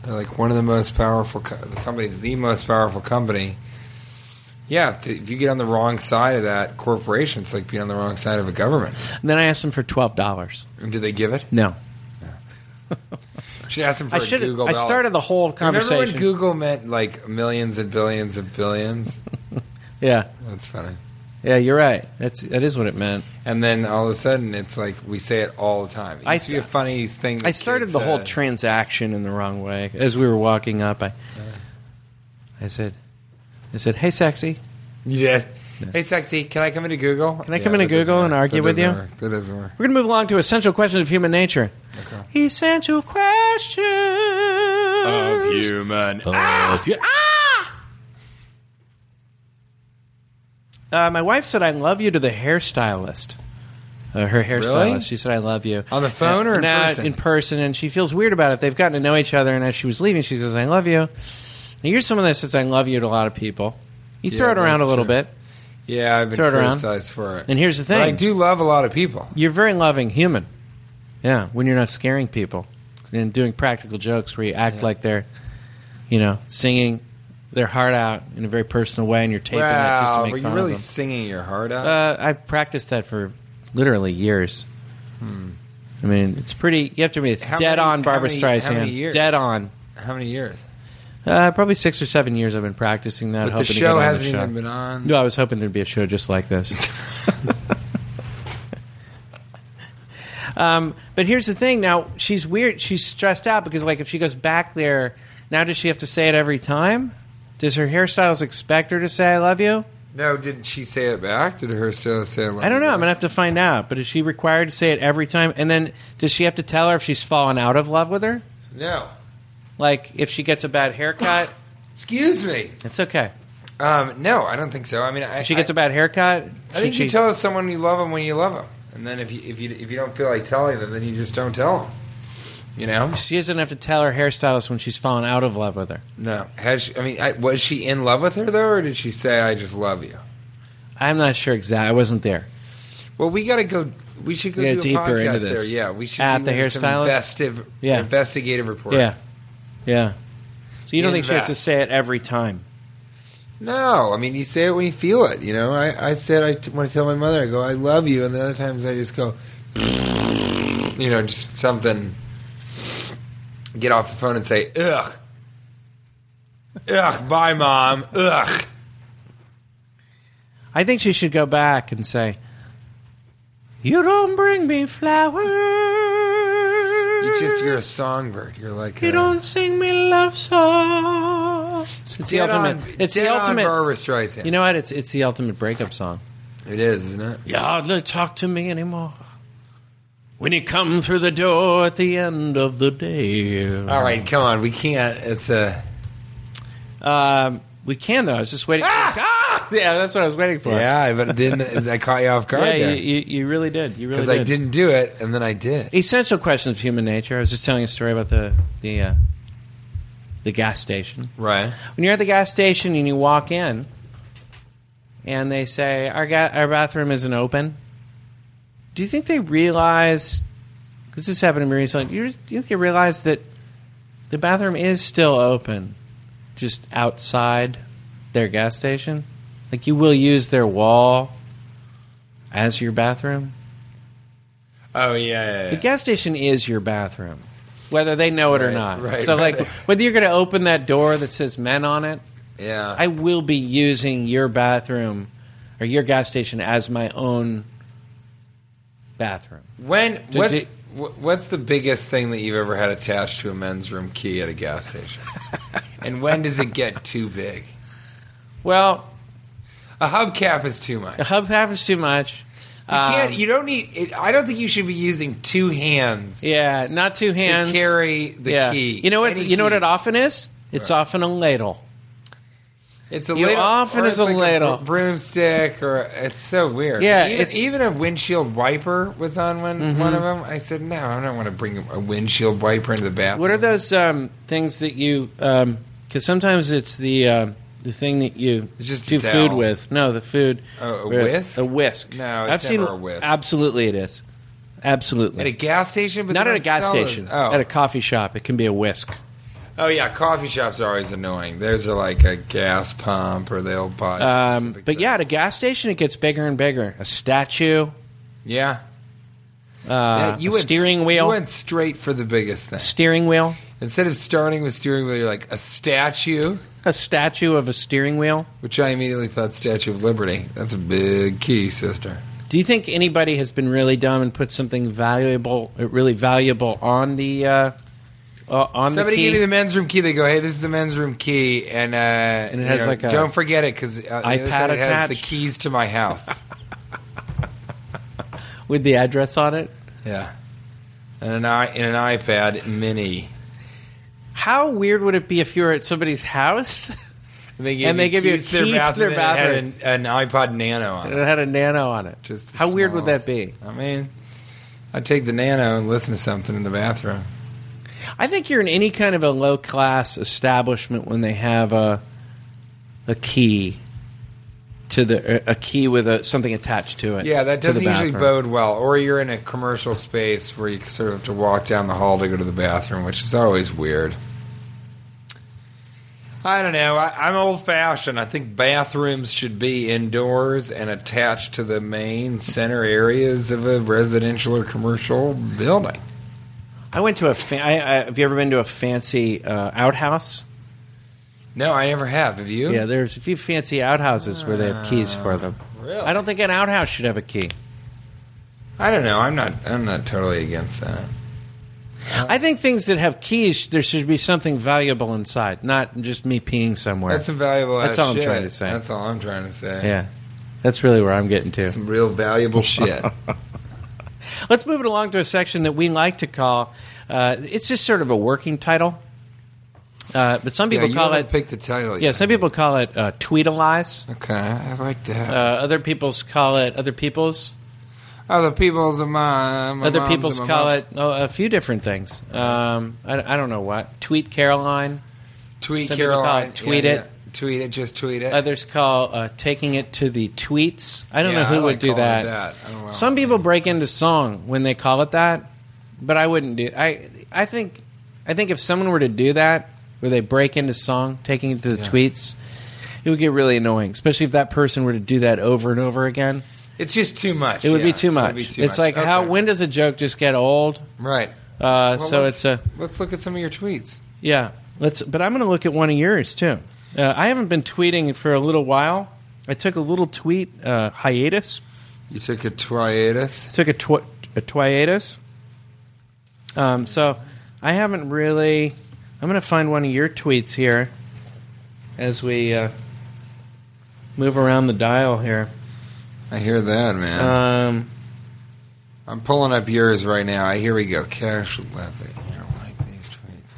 Speaker 4: They're like one of the most powerful. Co- the company's the most powerful company. Yeah, if, the, if you get on the wrong side of that corporation, it's like being on the wrong side of a government.
Speaker 1: And then I asked them for twelve dollars.
Speaker 4: And do they give it?
Speaker 1: No.
Speaker 4: Should ask them for
Speaker 1: I
Speaker 4: a
Speaker 1: should.
Speaker 4: Google.
Speaker 1: I
Speaker 4: dollar.
Speaker 1: started the whole
Speaker 4: Remember
Speaker 1: conversation.
Speaker 4: when Google meant like millions and billions of billions?
Speaker 1: yeah,
Speaker 4: That's funny.
Speaker 1: yeah, you're right. That's that is what it meant.
Speaker 4: And then all of a sudden, it's like we say it all the time. It
Speaker 1: I
Speaker 4: used to be a
Speaker 1: st-
Speaker 4: funny thing. that
Speaker 1: I started
Speaker 4: kids
Speaker 1: the whole
Speaker 4: said.
Speaker 1: transaction in the wrong way. As we were walking up, I,
Speaker 4: Uh.
Speaker 1: I said, I said, "Hey, sexy,
Speaker 4: You did. Hey, sexy, can I come into Google? Can
Speaker 1: I come into Google and argue with you?
Speaker 4: That doesn't work.
Speaker 1: we're gonna move along to essential questions of human nature."
Speaker 4: Okay.
Speaker 1: Essential questions Ah! of
Speaker 4: human. Ah!
Speaker 1: Ah! Uh, my wife said, "I love you" to the hairstylist. Uh, her hairstylist.
Speaker 4: Really?
Speaker 1: She said, "I love you."
Speaker 4: On the phone or in
Speaker 1: Nah,
Speaker 4: person?
Speaker 1: In person, and she feels weird about it. They've gotten to know each other, and as she was leaving, she goes, "I love you." Now, you're someone that says, "I love you" to a lot of people. You throw
Speaker 4: Yeah,
Speaker 1: it around a
Speaker 4: that's
Speaker 1: little
Speaker 4: true.
Speaker 1: bit.
Speaker 4: Yeah, I've been
Speaker 1: Throw it around.
Speaker 4: criticized for it.
Speaker 1: And here's the
Speaker 4: But I
Speaker 1: thing:
Speaker 4: do love a lot of people.
Speaker 1: you're a very loving human. Yeah, when you're not scaring people and doing practical jokes where you act like they're, you know, singing their heart out in a very personal way, and you're taping it just to
Speaker 4: Wow,
Speaker 1: make
Speaker 4: were you
Speaker 1: fun
Speaker 4: really
Speaker 1: of them.
Speaker 4: singing your heart out?
Speaker 1: Uh, I practiced that for literally years. I mean, it's pretty. You have to admit, it's
Speaker 4: Hmm. How
Speaker 1: dead
Speaker 4: many-
Speaker 1: on Barbara
Speaker 4: how many-
Speaker 1: Streisand.
Speaker 4: how many years?
Speaker 1: Dead on.
Speaker 4: How many years?
Speaker 1: Uh, probably six or seven years I've been practicing that.
Speaker 4: But the
Speaker 1: hoping to
Speaker 4: show
Speaker 1: get on
Speaker 4: hasn't
Speaker 1: the show.
Speaker 4: even been on.
Speaker 1: No, I was hoping there'd be a show just like this. um, but here's the thing. Now she's weird. She's stressed out because, like, if she goes back there, now does she have to say it every time? Does her hairstylist expect her to say "I love you"?
Speaker 4: No, didn't she say it back? Did her still say it?
Speaker 1: I don't know. I'm gonna have to find out. But is she required to say it every time? And then does she have to tell her if she's fallen out of love with her?
Speaker 4: No.
Speaker 1: Like if she gets a bad haircut,
Speaker 4: Excuse me.
Speaker 1: it's okay.
Speaker 4: Um, no, I don't think so. I mean, I,
Speaker 1: If she gets
Speaker 4: I,
Speaker 1: a bad haircut,
Speaker 4: I think
Speaker 1: should she-
Speaker 4: you tell someone you love them when you love them, and then if you if you if you don't feel like telling them, then you just don't tell them. You know?
Speaker 1: she doesn't have to tell her hairstylist when she's fallen out of love with her.
Speaker 4: No. Has she, I mean, I, was she in love with her though, or did she say, "I just love you"?
Speaker 1: I'm not sure exactly. I wasn't there.
Speaker 4: Well, we got to go. We should go
Speaker 1: Yeah,
Speaker 4: do a
Speaker 1: deeper
Speaker 4: podcast
Speaker 1: into this.
Speaker 4: there. Yeah, we should
Speaker 1: At
Speaker 4: do
Speaker 1: the
Speaker 4: some
Speaker 1: hairstylist?
Speaker 4: Investive,
Speaker 1: Yeah.
Speaker 4: investigative report.
Speaker 1: Yeah, yeah. So you don't think she has to
Speaker 4: Invest.
Speaker 1: say it every time?
Speaker 4: No, I mean you say it when you feel it. You know, I, I said I t- when I tell my mother, I go, I love you, and the other times I just go, you know, just something. Get off the phone and say, ugh, ugh, bye, mom, ugh.
Speaker 1: I think she should go back and say, "You don't bring me flowers.
Speaker 4: You just you're a songbird. You're like
Speaker 1: You
Speaker 4: a-
Speaker 1: don't sing me love songs." It's the
Speaker 4: dead
Speaker 1: ultimate.
Speaker 4: on-
Speaker 1: it's the
Speaker 4: dead on
Speaker 1: ultimate.
Speaker 4: Barbra Streisand.
Speaker 1: You know what? It's it's the ultimate breakup song.
Speaker 4: it is, isn't it?
Speaker 1: Yeah, don't talk to me anymore. When you come through the door at the end of the day.
Speaker 4: All right, come on, we can't. It's
Speaker 1: uh,
Speaker 4: a
Speaker 1: Um, we can though. I was just waiting. Ah! Yeah, that's what I was waiting for.
Speaker 4: yeah, but then I caught you off guard
Speaker 1: yeah.
Speaker 4: there.
Speaker 1: You, you, you really did. You really
Speaker 4: because
Speaker 1: did.
Speaker 4: I didn't do it, and then I did.
Speaker 1: Essential questions of human nature. I was just telling a story about the the uh, the gas station.
Speaker 4: Right.
Speaker 1: When you're at the gas station and you walk in, and they say our ga- our bathroom isn't open. Do you think they realize? Because this happened to me recently. Do you, do you think they realize that the bathroom is still open, just outside their gas station? Like you will use their wall as your bathroom.
Speaker 4: Oh yeah, yeah,
Speaker 1: The gas station is your bathroom, whether they know it or
Speaker 4: Right,
Speaker 1: not.
Speaker 4: right,
Speaker 1: so,
Speaker 4: right.
Speaker 1: like, whether you're going to open that door that says men on it,
Speaker 4: yeah. yeah.
Speaker 1: I will be using your bathroom or your gas station as my own bathroom.
Speaker 4: When
Speaker 1: To
Speaker 4: what's
Speaker 1: di-
Speaker 4: wh- what's the biggest thing that you've ever had attached to a men's room key at a gas station? and when does it get too big?
Speaker 1: Well,
Speaker 4: A hubcap is too much.
Speaker 1: the
Speaker 4: You
Speaker 1: hub happens too much.
Speaker 4: can't.
Speaker 1: Um,
Speaker 4: You don't need. It, I don't think you should be using two hands
Speaker 1: yeah, not two hands.
Speaker 4: to carry the
Speaker 1: Yeah.
Speaker 4: key.
Speaker 1: You know what?
Speaker 4: Any
Speaker 1: you know what
Speaker 4: key.
Speaker 1: it often is. It's often a ladle.
Speaker 4: It's a
Speaker 1: you
Speaker 4: ladle,
Speaker 1: often
Speaker 4: or
Speaker 1: is
Speaker 4: it's
Speaker 1: a
Speaker 4: like br-
Speaker 1: ladle.
Speaker 4: broomstick, or it's so weird.
Speaker 1: Yeah,
Speaker 4: even,
Speaker 1: it's- Mm-hmm.
Speaker 4: even a windshield wiper was on one one of them. I said, no, I don't want to bring a windshield wiper into the bathroom.
Speaker 1: What are those um, things that you? Because sometimes it's the um the thing that you
Speaker 4: It's just a
Speaker 1: do
Speaker 4: towel.
Speaker 1: food with. No, the food.
Speaker 4: Oh, a
Speaker 1: Where-
Speaker 4: whisk?
Speaker 1: A whisk.
Speaker 4: No, it's never a whisk.
Speaker 1: Absolutely, it is. Absolutely.
Speaker 4: At a gas station, but
Speaker 1: Not
Speaker 4: they
Speaker 1: at a
Speaker 4: don't
Speaker 1: gas
Speaker 4: sell those.
Speaker 1: station.
Speaker 4: Oh,
Speaker 1: At a coffee shop, it can be a whisk.
Speaker 4: oh yeah, coffee shops are always annoying. Theirs are like a gas pump, or they'll buy.
Speaker 1: Um,
Speaker 4: specific
Speaker 1: but yeah, at a
Speaker 4: things.
Speaker 1: gas station, it gets bigger and bigger. A statue,
Speaker 4: yeah,
Speaker 1: uh, a
Speaker 4: Yeah, went
Speaker 1: steering
Speaker 4: s-
Speaker 1: wheel,
Speaker 4: You went straight for the biggest thing.
Speaker 1: steering wheel,
Speaker 4: Instead of starting with steering wheel, you're like a statue,
Speaker 1: a statue of a steering wheel.
Speaker 4: which I immediately thought Statue of Liberty. That's a big key, sister.
Speaker 1: Do you think anybody has been really dumb and put something valuable, uh, really valuable, on the uh, uh, on the
Speaker 4: Somebody
Speaker 1: key?
Speaker 4: give me the men's room key. They go, "Hey, this is the men's room key," and uh, and
Speaker 1: it has like a
Speaker 4: don't forget it uh, because
Speaker 1: iPad
Speaker 4: it has the
Speaker 1: attached.
Speaker 4: keys to my house.
Speaker 1: with the address on it?
Speaker 4: yeah, and an i and an iPad Mini.
Speaker 1: How weird would it be if you were at somebody's house
Speaker 4: And they give,
Speaker 1: And they give you a
Speaker 4: keys to their
Speaker 1: key to
Speaker 4: bathroom
Speaker 1: their
Speaker 4: and it had an, an iPod Nano on
Speaker 1: and
Speaker 4: it.
Speaker 1: it had a nano on it?
Speaker 4: Just the
Speaker 1: How weird would that
Speaker 4: smallest.
Speaker 1: be?
Speaker 4: I mean, I'd take the Nano and listen to something in the bathroom.
Speaker 1: I think you're in any kind of a low class establishment when they have a a key to the a key with a something attached to it.
Speaker 4: Yeah,
Speaker 1: to
Speaker 4: that
Speaker 1: the
Speaker 4: doesn't usually
Speaker 1: bathroom.
Speaker 4: bode well. Or you're in a commercial space where you sort of have to walk down the hall to go to the bathroom, which is always weird. I don't know. I, I'm old fashioned. I think bathrooms should be indoors and attached to the main center areas of a residential or commercial building.
Speaker 1: I went to a. Fa- I, I, have you ever been to a fancy uh, outhouse?
Speaker 4: No, I never have. Have you?
Speaker 1: Yeah, there's a few fancy outhouses where they have keys for them.
Speaker 4: Uh, Really?
Speaker 1: I don't think an outhouse should have a key.
Speaker 4: I don't know. I'm not. I'm not totally against that. Uh.
Speaker 1: I think things that have keys, there should be something valuable inside, not just me peeing somewhere.
Speaker 4: That's a valuable.
Speaker 1: That's
Speaker 4: ass
Speaker 1: all I'm
Speaker 4: shit.
Speaker 1: trying to say.
Speaker 4: That's all I'm trying to say.
Speaker 1: yeah, that's really where I'm getting to.
Speaker 4: Some real valuable shit.
Speaker 1: Let's move it along to a section that we like to call. Uh, it's just sort of a working title, uh, but some people
Speaker 4: yeah, you
Speaker 1: call
Speaker 4: haven't
Speaker 1: it.
Speaker 4: picked the title.
Speaker 1: yeah,
Speaker 4: yet.
Speaker 1: some people call it uh, tweetalize.
Speaker 4: Okay, I like
Speaker 1: Uh,
Speaker 4: that.
Speaker 1: other people's call it other people's.
Speaker 4: other people's of mine. my
Speaker 1: other
Speaker 4: mom's
Speaker 1: people's
Speaker 4: and my
Speaker 1: call
Speaker 4: mom's.
Speaker 1: it oh, a few different things. Um, I, I don't know what. Tweet Caroline.
Speaker 4: tweet
Speaker 1: some people call
Speaker 4: Caroline.
Speaker 1: it tweet
Speaker 4: Yeah,
Speaker 1: it.
Speaker 4: yeah. Tweet it, just tweet it.
Speaker 1: Others call uh, taking it to the tweets. I don't
Speaker 4: Yeah,
Speaker 1: know who
Speaker 4: I
Speaker 1: would
Speaker 4: like
Speaker 1: do
Speaker 4: calling it
Speaker 1: that.
Speaker 4: that. I don't know.
Speaker 1: Some people break into song when they call it that, but I wouldn't do. I I think I think if someone were to do that, where they break into song, taking it to the tweets, it would get really annoying. Especially if that person were to do that over and over again,
Speaker 4: It's just too much.
Speaker 1: it would
Speaker 4: yeah.
Speaker 1: be too much.
Speaker 4: would be too
Speaker 1: it's like
Speaker 4: much.
Speaker 1: how
Speaker 4: Okay.
Speaker 1: when does a joke just get old?
Speaker 4: right.
Speaker 1: Uh,
Speaker 4: Well,
Speaker 1: so it's
Speaker 4: let's-
Speaker 1: a
Speaker 4: let's look at some of your tweets.
Speaker 1: yeah. Let's. But I'm going to look at one of yours too. Uh, I haven't been tweeting for a little while. I took a little tweet uh, hiatus.
Speaker 4: You took a triatus.
Speaker 1: Took a, tw- a twiatus. Um, so I haven't really. I'm going to find one of your tweets here as we uh, move around the dial here.
Speaker 4: I hear that, man.
Speaker 1: Um,
Speaker 4: I'm pulling up yours right now. I Here we go. Cash Levy. I don't like these tweets.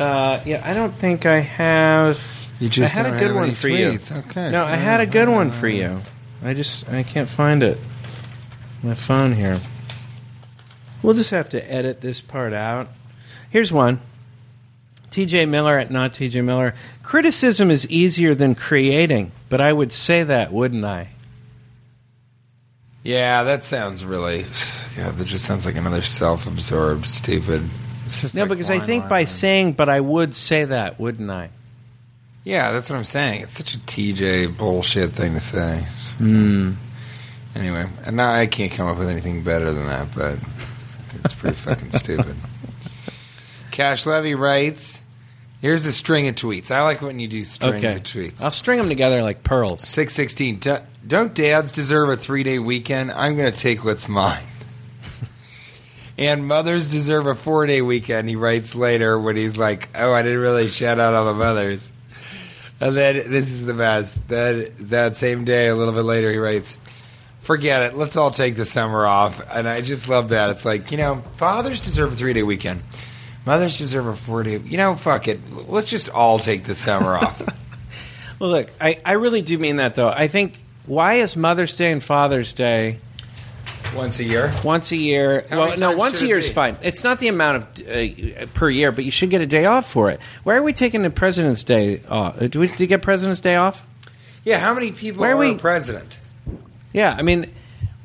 Speaker 1: uh, yeah, I don't think I have.
Speaker 4: You just
Speaker 1: I had
Speaker 4: don't
Speaker 1: a good
Speaker 4: have
Speaker 1: one
Speaker 4: any
Speaker 1: for
Speaker 4: tweets.
Speaker 1: you.
Speaker 4: Okay.
Speaker 1: No, I
Speaker 4: fine.
Speaker 1: had a good one for you. I just I can't find it. My phone here. We'll just have to edit this part out. Here's one. TJ Miller at not TJ Miller. Criticism is easier than creating, but I would say that, wouldn't I?
Speaker 4: Yeah, that sounds really. God, that just sounds like another self-absorbed, stupid. It's just
Speaker 1: No,
Speaker 4: like
Speaker 1: because I
Speaker 4: line,
Speaker 1: think
Speaker 4: line,
Speaker 1: by
Speaker 4: line.
Speaker 1: saying, but I would say that, wouldn't I?
Speaker 4: Yeah, that's what I'm saying. It's such a TJ bullshit thing to say.
Speaker 1: Hmm.
Speaker 4: Anyway, and now I can't come up with anything better than that, but I think it's pretty fucking stupid. Cash Levy writes, "Here's a string of tweets. I like when you do strings
Speaker 1: Okay.
Speaker 4: of tweets.
Speaker 1: I'll string them together like pearls.
Speaker 4: Six sixteen. Do, don't dads deserve a three day weekend? I'm going to take what's mine. and mothers deserve a four day weekend. He writes later when he's like, "Oh, I didn't really shout out all the mothers." And then this is the best. That that same day, a little bit later, he writes, "Forget it. Let's all take the summer off." And I just love that. It's like you know, fathers deserve a three day weekend. Mothers deserve a four day. You know, fuck it. Let's just all take the summer off.
Speaker 1: Well, look, I, I really do mean that, though. I think why is Mother's Day and Father's Day
Speaker 4: Once a year.
Speaker 1: once a year?
Speaker 4: How
Speaker 1: well,
Speaker 4: many
Speaker 1: no,
Speaker 4: times
Speaker 1: once
Speaker 4: should
Speaker 1: a
Speaker 4: it
Speaker 1: year is
Speaker 4: be?
Speaker 1: fine. It's not the amount of uh, per year, but you should get a day off for it. Why are we taking the President's Day off? Uh, Do we do you get President's Day off?
Speaker 4: Yeah, how many people
Speaker 1: Why are
Speaker 4: are,
Speaker 1: we-
Speaker 4: president?
Speaker 1: Yeah, I mean,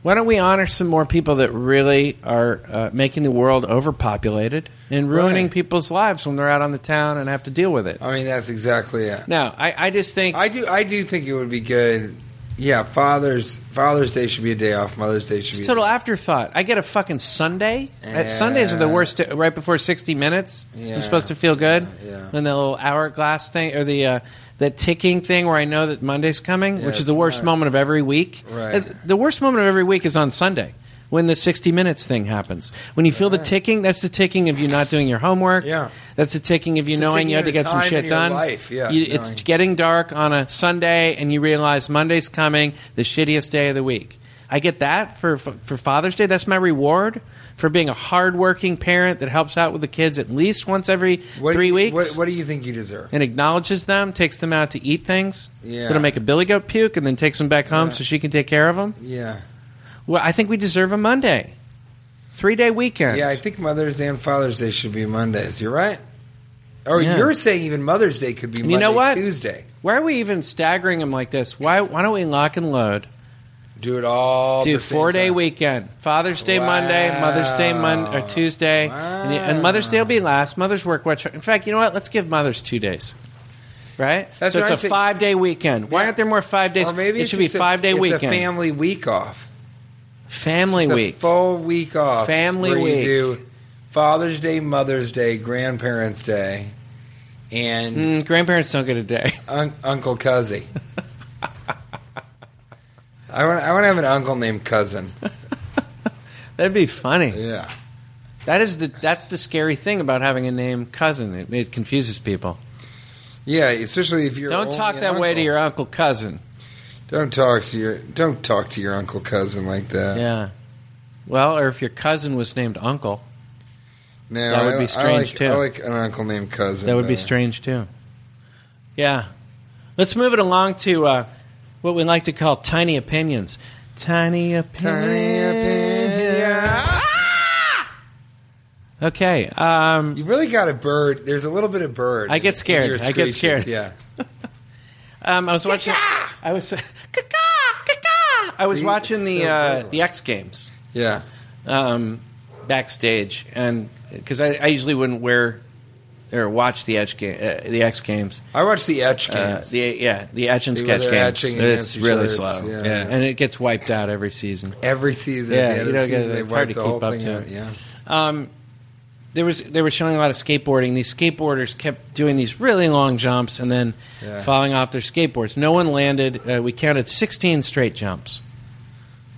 Speaker 1: why don't we honor some more people that really are uh, making the world overpopulated and ruining
Speaker 4: Right.
Speaker 1: people's lives when they're out on the town and have to deal with it?
Speaker 4: I mean, that's exactly it.
Speaker 1: No, I, I just think
Speaker 4: I do. I do think it would be good. Yeah, Father's Father's Day should be a day off. Mother's Day should
Speaker 1: It's
Speaker 4: be
Speaker 1: total
Speaker 4: a day.
Speaker 1: afterthought. I get a fucking Sunday. Uh, Sundays are the
Speaker 4: Yeah.
Speaker 1: worst. day- right before sixty minutes,
Speaker 4: Yeah.
Speaker 1: I'm supposed to feel good.
Speaker 4: Yeah, yeah.
Speaker 1: And the little hourglass thing, or the uh, that ticking thing, where I know that Monday's coming,
Speaker 4: Yeah,
Speaker 1: which is
Speaker 4: it's
Speaker 1: the worst
Speaker 4: not-
Speaker 1: moment of every week.
Speaker 4: Right.
Speaker 1: Uh, The worst moment of every week is on Sunday. When the sixty minutes thing happens, when you feel the ticking, that's the ticking of you not doing your homework.
Speaker 4: Yeah.
Speaker 1: that's the ticking of you
Speaker 4: The
Speaker 1: knowing
Speaker 4: ticking
Speaker 1: you had to
Speaker 4: of
Speaker 1: get
Speaker 4: the
Speaker 1: some
Speaker 4: time
Speaker 1: shit
Speaker 4: in your
Speaker 1: done.
Speaker 4: life, yeah,
Speaker 1: You- it's
Speaker 4: knowing.
Speaker 1: getting dark on a Sunday, and you realize Monday's coming, the shittiest day of the week. I get that for for Father's Day. That's my reward for being a hardworking parent that helps out with the kids at least once every
Speaker 4: What do
Speaker 1: three
Speaker 4: you-
Speaker 1: weeks
Speaker 4: What, what do you think you deserve?
Speaker 1: and acknowledges them, takes them out to eat things.
Speaker 4: Yeah.
Speaker 1: That'll make a billy goat puke, and then takes them back home
Speaker 4: Yeah.
Speaker 1: so she can take care of them.
Speaker 4: Yeah,
Speaker 1: Well, I think we deserve a Monday, three day weekend.
Speaker 4: yeah. I think Mother's Day and Father's Day should be Mondays. You're right. Or
Speaker 1: Yeah.
Speaker 4: you're saying even Mother's Day could be
Speaker 1: And
Speaker 4: Monday,
Speaker 1: you know what?
Speaker 4: Tuesday.
Speaker 1: Why are we even staggering them like this? Why why don't we lock and load?
Speaker 4: Do it all.
Speaker 1: Do four day weekend. Father's Day
Speaker 4: Wow.
Speaker 1: Monday, Mother's Day Monday or Tuesday, and, and Mother's Day will be last. Mother's work. What? In fact, you know what? Let's give Mother's two days. Right.
Speaker 4: That's
Speaker 1: so it's
Speaker 4: what I'm
Speaker 1: a
Speaker 4: saying.
Speaker 1: five day weekend. Why aren't there more five days?
Speaker 4: Or maybe
Speaker 1: it
Speaker 4: it's
Speaker 1: should be
Speaker 4: just a-
Speaker 1: five day
Speaker 4: it's
Speaker 1: weekend.
Speaker 4: A family week off.
Speaker 1: Family
Speaker 4: Just a
Speaker 1: week.
Speaker 4: full week off.
Speaker 1: Family
Speaker 4: where
Speaker 1: week.
Speaker 4: You do Father's Day, Mother's Day, Grandparents' Day, and
Speaker 1: Mm, grandparents don't get a day.
Speaker 4: un- Uncle Cuzzy. I want. I want to have an uncle named Cousin.
Speaker 1: That'd be funny.
Speaker 4: Yeah.
Speaker 1: That is the that's the scary thing about having a name cousin. It, it confuses people.
Speaker 4: Yeah, especially if you're.
Speaker 1: Don't
Speaker 4: only
Speaker 1: talk
Speaker 4: an
Speaker 1: that way to
Speaker 4: uncle.
Speaker 1: your uncle cousin.
Speaker 4: Don't talk to your. Don't talk to your uncle cousin like that.
Speaker 1: Yeah. Well, or if your cousin was named uncle,
Speaker 4: No,
Speaker 1: That
Speaker 4: I-
Speaker 1: would be
Speaker 4: I
Speaker 1: strange,
Speaker 4: like-
Speaker 1: too.
Speaker 4: I like an uncle named Cousin.
Speaker 1: that would be
Speaker 4: better.
Speaker 1: strange too. Yeah. Let's move it along to uh, what we like to call tiny opinions. Tiny opinions.
Speaker 4: Tiny opinion.
Speaker 1: Okay. Um,
Speaker 4: You really got a bird. There's a little bit of bird.
Speaker 1: I get
Speaker 4: in
Speaker 1: scared.
Speaker 4: your
Speaker 1: I get
Speaker 4: screeches,
Speaker 1: scared.
Speaker 4: Yeah.
Speaker 1: um, I was watching. I was. I was
Speaker 4: See,
Speaker 1: watching
Speaker 4: it's
Speaker 1: the
Speaker 4: so
Speaker 1: uh,
Speaker 4: good.
Speaker 1: the X Games.
Speaker 4: Yeah.
Speaker 1: um, backstage, and because I, I usually wouldn't wear or watch the Edge game, uh, the X Games.
Speaker 4: I watched the etch
Speaker 1: Uh,
Speaker 4: games.
Speaker 1: the yeah, the etch and
Speaker 4: They were
Speaker 1: sketch
Speaker 4: there
Speaker 1: games.
Speaker 4: etching
Speaker 1: It's
Speaker 4: against each
Speaker 1: really
Speaker 4: other.
Speaker 1: slow,
Speaker 4: It's-
Speaker 1: yeah.
Speaker 4: yeah,
Speaker 1: and
Speaker 4: it's-
Speaker 1: it gets wiped out every season.
Speaker 4: Every season,
Speaker 1: Yeah,
Speaker 4: at the end
Speaker 1: you
Speaker 4: of
Speaker 1: don't
Speaker 4: the
Speaker 1: get
Speaker 4: season,
Speaker 1: it.
Speaker 4: they
Speaker 1: It's hard
Speaker 4: wiped
Speaker 1: to
Speaker 4: the whole
Speaker 1: keep up
Speaker 4: thing
Speaker 1: to
Speaker 4: out.
Speaker 1: it.
Speaker 4: Yeah.
Speaker 1: There was they were showing a lot of skateboarding. These skateboarders kept doing these really long jumps and then
Speaker 4: Yeah.
Speaker 1: falling off their skateboards. No one landed. Uh, we counted sixteen straight
Speaker 4: Uh,
Speaker 1: jumps,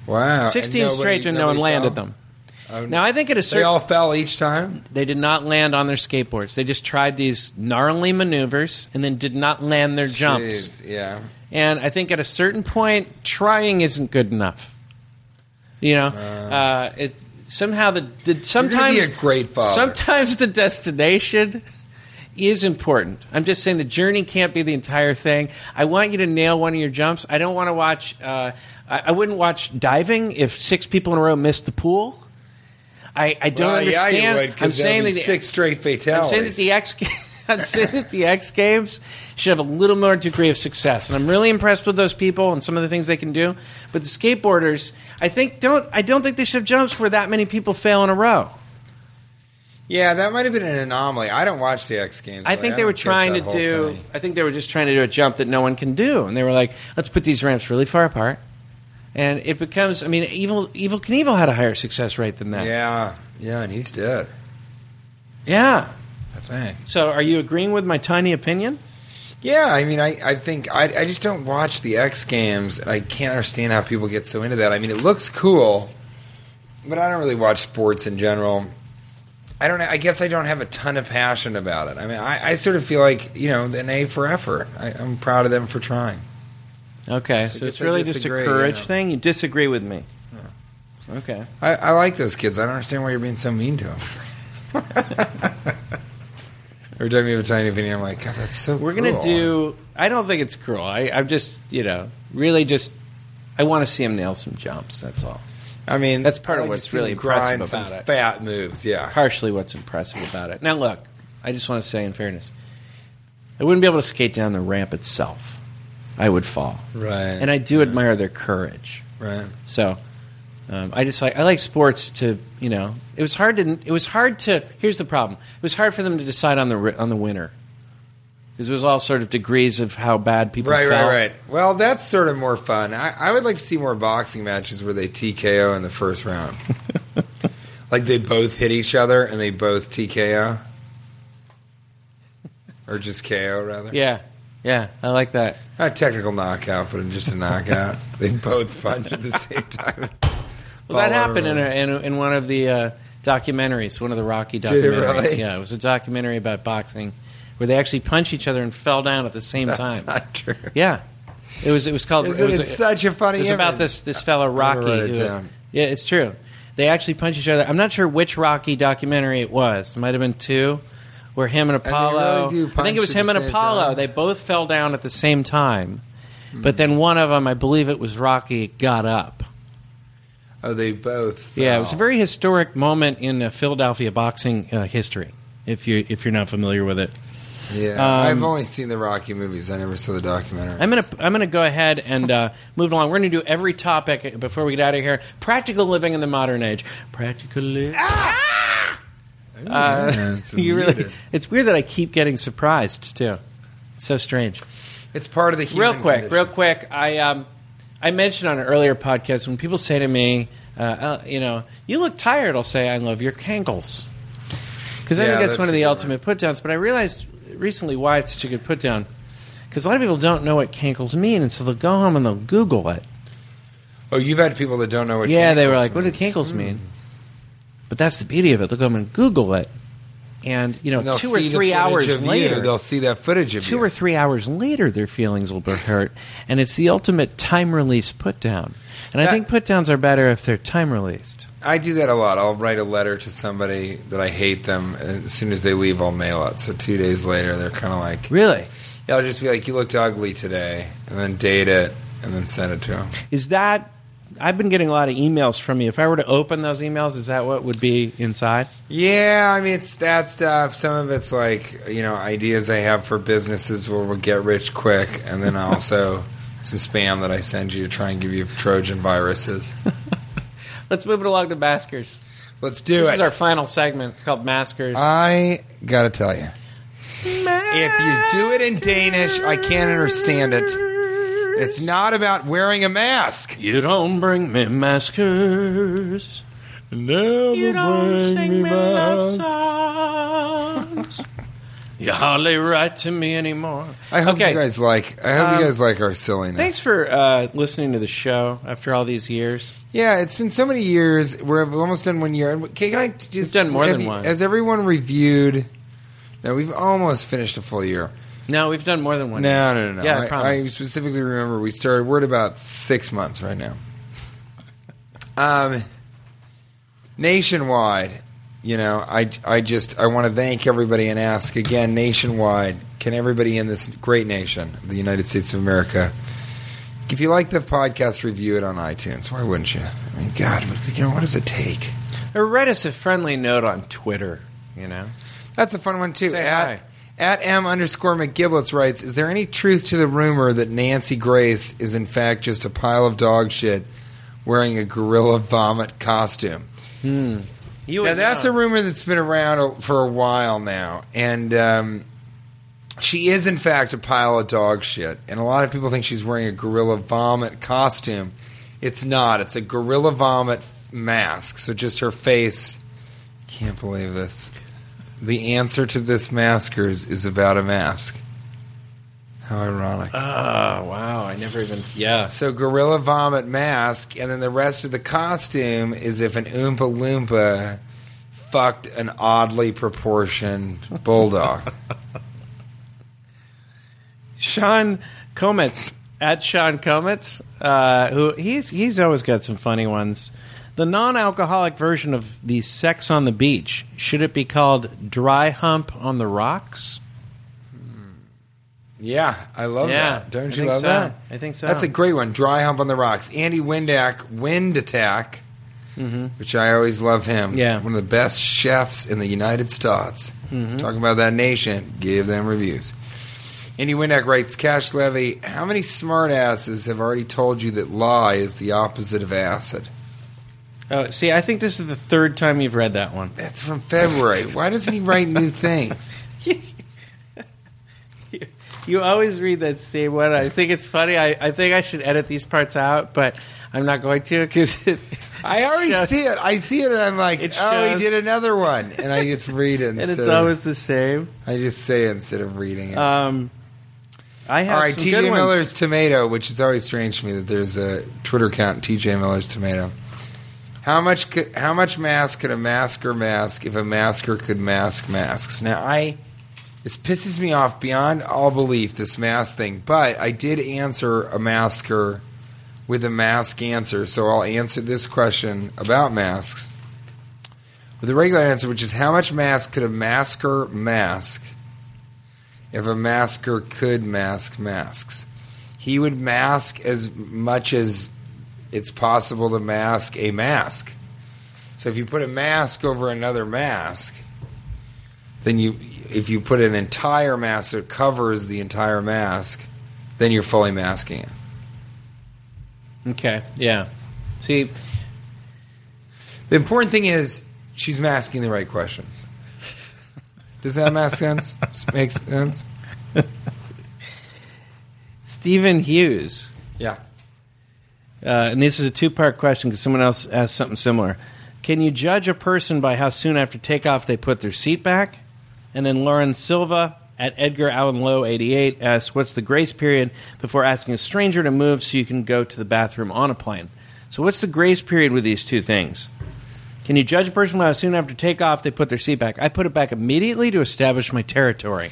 Speaker 4: Wow.
Speaker 1: sixteen straight, and no one landed them.
Speaker 4: Oh,
Speaker 1: Now I think at a
Speaker 4: they
Speaker 1: certain
Speaker 4: all fell each time.
Speaker 1: They did not land on their skateboards. They just tried these gnarly maneuvers and then did not land their jumps.
Speaker 4: Jeez, yeah.
Speaker 1: And I think at a certain point, trying isn't good enough. You know, uh, it somehow the, the sometimes
Speaker 4: a great father.
Speaker 1: Sometimes the destination is important. I'm just saying the journey can't be the entire thing. I want you to nail one of your jumps. I don't want to watch. Uh, I, I wouldn't watch diving if six people in a row missed the pool. I, I don't
Speaker 4: Well, yeah,
Speaker 1: understand.
Speaker 4: you would, 'cause
Speaker 1: I'm
Speaker 4: that'd
Speaker 1: saying
Speaker 4: be
Speaker 1: that the-
Speaker 4: six straight fatalities.
Speaker 1: I'm saying that the X. I'm saying that the X Games should have a little more degree of success, and I'm really impressed with those people and some of the things they can do. But the skateboarders, I think don't. I don't think they should have jumps where that many people fail in a row.
Speaker 4: Yeah, that might have been an anomaly. I don't watch the X Games.
Speaker 1: I
Speaker 4: like,
Speaker 1: think they
Speaker 4: don't
Speaker 1: were
Speaker 4: get
Speaker 1: trying to
Speaker 4: that whole
Speaker 1: do.
Speaker 4: thing.
Speaker 1: I think they were just trying to do a jump that no one can do, and they were like, "Let's put these ramps really far apart." And it becomes. I mean, evil Evil Knievel had a higher success rate than that.
Speaker 4: Yeah, yeah, and he's dead.
Speaker 1: Yeah.
Speaker 4: I think.
Speaker 1: So, are you agreeing with my tiny opinion?
Speaker 4: Yeah, I mean, I, I think I, I just don't watch the X Games, and I can't understand how people get so into that. I mean, it looks cool, but I don't really watch sports in general. I don't. I guess I don't have a ton of passion about it. I mean, I, I sort of feel like you know an A for effort. I, I'm proud of them for trying.
Speaker 1: Okay,
Speaker 4: So
Speaker 1: so,
Speaker 4: I
Speaker 1: it's
Speaker 4: guess I
Speaker 1: really just a
Speaker 4: disagree,
Speaker 1: courage
Speaker 4: yeah.
Speaker 1: thing. You disagree with me. Okay.
Speaker 4: I, I like those kids. I don't understand why you're being so mean to them. Every time you have a tiny opinion, I'm like, God, that's so.
Speaker 1: We're going to
Speaker 4: cruel."
Speaker 1: do. I don't think it's cruel. I, I'm just, you know, really just. I want to see him nail some jumps. That's all.
Speaker 4: I mean,
Speaker 1: That's part
Speaker 4: I
Speaker 1: of
Speaker 4: like
Speaker 1: what's
Speaker 4: to see
Speaker 1: really
Speaker 4: them grind
Speaker 1: impressive
Speaker 4: some
Speaker 1: about it.
Speaker 4: Fat moves, yeah.
Speaker 1: Partially what's impressive about it. Now, look, I just want to say, in fairness, I wouldn't be able to skate down the ramp itself. I would fall.
Speaker 4: Right.
Speaker 1: And I do admire their courage.
Speaker 4: Right.
Speaker 1: So um, I just like I like sports to you know it was hard to it was hard to here's the problem it was hard for them to decide on the ri- on the winner because it was all sort of degrees of how bad people
Speaker 4: Right,
Speaker 1: felt.
Speaker 4: right, right. Well, that's sort of more fun. I, I would like to see more boxing matches where they TKO in the first round. like they both hit each other and they both TKO. Or just KO, rather.
Speaker 1: yeah yeah I like that
Speaker 4: Not a technical knockout, but just a knockout. they both punch at the same time.
Speaker 1: well that
Speaker 4: Fall
Speaker 1: happened in,
Speaker 4: over.
Speaker 1: a, in a- in one of the uh, documentaries one of the Rocky documentaries
Speaker 4: Did it really?
Speaker 1: yeah it was a documentary about boxing where they actually punched each other and fell down at the same time
Speaker 4: Not true.
Speaker 1: Yeah, it was. It was called.
Speaker 4: Isn't
Speaker 1: it was
Speaker 4: it such a funny
Speaker 1: It was about
Speaker 4: image?
Speaker 1: this this fellow
Speaker 4: gonna
Speaker 1: Rocky.
Speaker 4: write it
Speaker 1: who-
Speaker 4: down.
Speaker 1: yeah, it's true. They actually punched each other. I'm not sure which Rocky documentary it was. It might have been two, where him and
Speaker 4: they
Speaker 1: Apollo.
Speaker 4: really do
Speaker 1: I think
Speaker 4: punch
Speaker 1: it was
Speaker 4: at
Speaker 1: him
Speaker 4: the
Speaker 1: and
Speaker 4: same
Speaker 1: Apollo.
Speaker 4: time. Hmm.
Speaker 1: They both fell down at the same time, but then one of them, I believe it was Rocky, got up.
Speaker 4: Oh, they both.
Speaker 1: Yeah, it
Speaker 4: fell.
Speaker 1: was a very historic moment in uh, Philadelphia boxing uh, history. If you if you're not familiar with it,
Speaker 4: Yeah,
Speaker 1: um,
Speaker 4: I've only seen the Rocky movies. I never saw the documentary.
Speaker 1: I'm gonna I'm gonna go ahead and uh, move along. We're gonna do every topic before we get out of here. Practical living in the modern age. Practical living.
Speaker 4: Yeah, it's
Speaker 1: uh, you really.
Speaker 4: muted.
Speaker 1: It's weird that I keep getting surprised too. It's so strange.
Speaker 4: It's part of the human
Speaker 1: real quick,
Speaker 4: condition.
Speaker 1: real quick. I um, I mentioned on an earlier podcast when people say to me, uh, uh, you know, you look tired. I'll say, I love your cankles. Because I
Speaker 4: Yeah,
Speaker 1: think that's
Speaker 4: that's
Speaker 1: one of
Speaker 4: a
Speaker 1: the
Speaker 4: good
Speaker 1: ultimate put downs. But I realized recently why it's such a good put down. Because a lot of people don't know what cankles mean, and so they'll go home and they'll Google it.
Speaker 4: Oh, you've had people that don't know what.
Speaker 1: yeah, they were
Speaker 4: cankles
Speaker 1: like, what do
Speaker 4: means.
Speaker 1: cankles mean? But that's the beauty of it. They'll go home and Google it. And, you know,
Speaker 4: And they'll
Speaker 1: two or
Speaker 4: see the
Speaker 1: three
Speaker 4: footage
Speaker 1: hours
Speaker 4: of you.
Speaker 1: later,
Speaker 4: they'll see that footage of
Speaker 1: two
Speaker 4: you.
Speaker 1: or three hours later, their feelings will be hurt, and it's the ultimate time release put down. And I
Speaker 4: That-
Speaker 1: think put downs are better if they're time released.
Speaker 4: I do that a lot. I'll write a letter to somebody that I hate them. and As soon as they leave, I'll mail it. So two days later, they're kind of like,
Speaker 1: Really,
Speaker 4: yeah, I'll just be like, you looked ugly today, and then date it, and then send it to them.
Speaker 1: is that I've been getting a lot of emails from you. If I were to open those emails, is that what would be inside?
Speaker 4: Yeah, I mean it's that stuff. Some of it's like you know ideas I have for businesses where we'll get rich quick, and then also some spam that I send you to try and give you Trojan viruses.
Speaker 1: Let's move it along to Maskers.
Speaker 4: Let's do
Speaker 1: This
Speaker 4: it.
Speaker 1: is our final segment. It's called Maskers.
Speaker 4: I gotta tell you, if you do it in Danish, I can't understand it. It's not about wearing a mask.
Speaker 1: you don't bring me maskers.
Speaker 4: Never
Speaker 1: You don't sing me love songs. you hardly write to me anymore.
Speaker 4: I hope
Speaker 1: okay.
Speaker 4: you guys like. I hope
Speaker 1: Um,
Speaker 4: you guys like our silliness.
Speaker 1: Thanks for uh, listening to the show after all these years.
Speaker 4: Yeah, it's been so many years. We're almost done one year. And Can, can I just
Speaker 1: We've done more
Speaker 4: have
Speaker 1: than
Speaker 4: you-
Speaker 1: one.
Speaker 4: Has everyone reviewed? No, we've almost finished a full year.
Speaker 1: No, we've done more than one.
Speaker 4: No, no, no, no.
Speaker 1: Yeah, I,
Speaker 4: I, I
Speaker 1: promise.
Speaker 4: specifically remember we started. We're at about six months right now. Um, nationwide, you know, I, I just I want to thank everybody and ask again, nationwide, can everybody in this great nation, the United States of America, if you like the podcast, review it on iTunes. Why wouldn't you? I mean, God, but, you know, what does it take?
Speaker 1: Or write us a friendly note on Twitter. You know,
Speaker 4: That's a fun one too.
Speaker 1: Say
Speaker 4: at,
Speaker 1: hi.
Speaker 4: at M underscore McGiblets writes, Is there any truth to the rumor that Nancy Grace is in fact just a pile of dog shit wearing a gorilla vomit costume?
Speaker 1: you.
Speaker 4: Now
Speaker 1: would
Speaker 4: that's
Speaker 1: know.
Speaker 4: a rumor that's been around a- for a while now, and um, she is in fact a pile of dog shit. And a lot of people think she's wearing a gorilla vomit costume. It's not. It's a gorilla vomit mask. So just her face. Can't believe this. The answer to this maskers is about a mask. How ironic.
Speaker 1: Oh wow! I never even. Yeah.
Speaker 4: So gorilla vomit mask, and then the rest of the costume is if an Oompa Loompa fucked an oddly proportioned bulldog.
Speaker 1: Sean Comets at Sean Comets, uh, who he's he's always got some funny ones. The non-alcoholic version of the Sex on the Beach should it be called Dry Hump on the Rocks?
Speaker 4: yeah, I love
Speaker 1: Yeah,
Speaker 4: that. Don't
Speaker 1: I
Speaker 4: you
Speaker 1: think
Speaker 4: love
Speaker 1: so.
Speaker 4: that?
Speaker 1: I think so.
Speaker 4: That's a great one. Dry hump on the rocks. Andy Windack, Wind Attack, which I always love him.
Speaker 1: Mm-hmm. Yeah. Mm-hmm.
Speaker 4: one of the best chefs in the United States. Talking about that nation, give them reviews. Andy Windack writes, Cash Levy, how many smartasses have already told you that lie is the opposite of acid?
Speaker 1: Oh, see, I think this is the third time you've read that one.
Speaker 4: That's from February. Why doesn't he write new things?
Speaker 1: You always read that same one. I think it's funny. I, I think I should edit these parts out, but I'm not going to because it,
Speaker 4: I already
Speaker 1: shows-
Speaker 4: see it. I see it, and I'm like,
Speaker 1: It
Speaker 4: oh,
Speaker 1: shows-
Speaker 4: he did another one. And I just read it instead
Speaker 1: and it's
Speaker 4: of-
Speaker 1: always the same.
Speaker 4: I just say it instead of reading it.
Speaker 1: Um, I have
Speaker 4: All right,
Speaker 1: some good
Speaker 4: TJ
Speaker 1: ones.
Speaker 4: Miller's Tomato, which is always strange to me that there's a Twitter account TJ Miller's Tomato. How much could, how much mask could a masker mask if a masker could mask masks? Now I this pisses me off beyond all belief this mask thing, but I did answer a masker with a mask answer, so I'll answer this question about masks with a regular answer, which is how much mask could a masker mask if a masker could mask masks. He would mask as much as it's possible to mask a mask. So if you put a mask over another mask, then you if you put an entire mask that covers the entire mask, then you're fully masking it.
Speaker 1: Okay, yeah. See,
Speaker 4: The important thing is she's masking the right questions. Does that make sense? Makes sense?
Speaker 1: Stephen Hughes.
Speaker 4: Yeah.
Speaker 1: Uh, and this is a two part question because someone else asked something similar. Can you judge a person by how soon after takeoff they put their seat back? And then Lauren Silva at Edgar Allan Lowe 88 asks, What's the grace period before asking a stranger to move so you can go to the bathroom on a plane? So, what's the grace period with these two things? Can you judge a person by how soon after takeoff they put their seat back? I put it back immediately to establish my territory.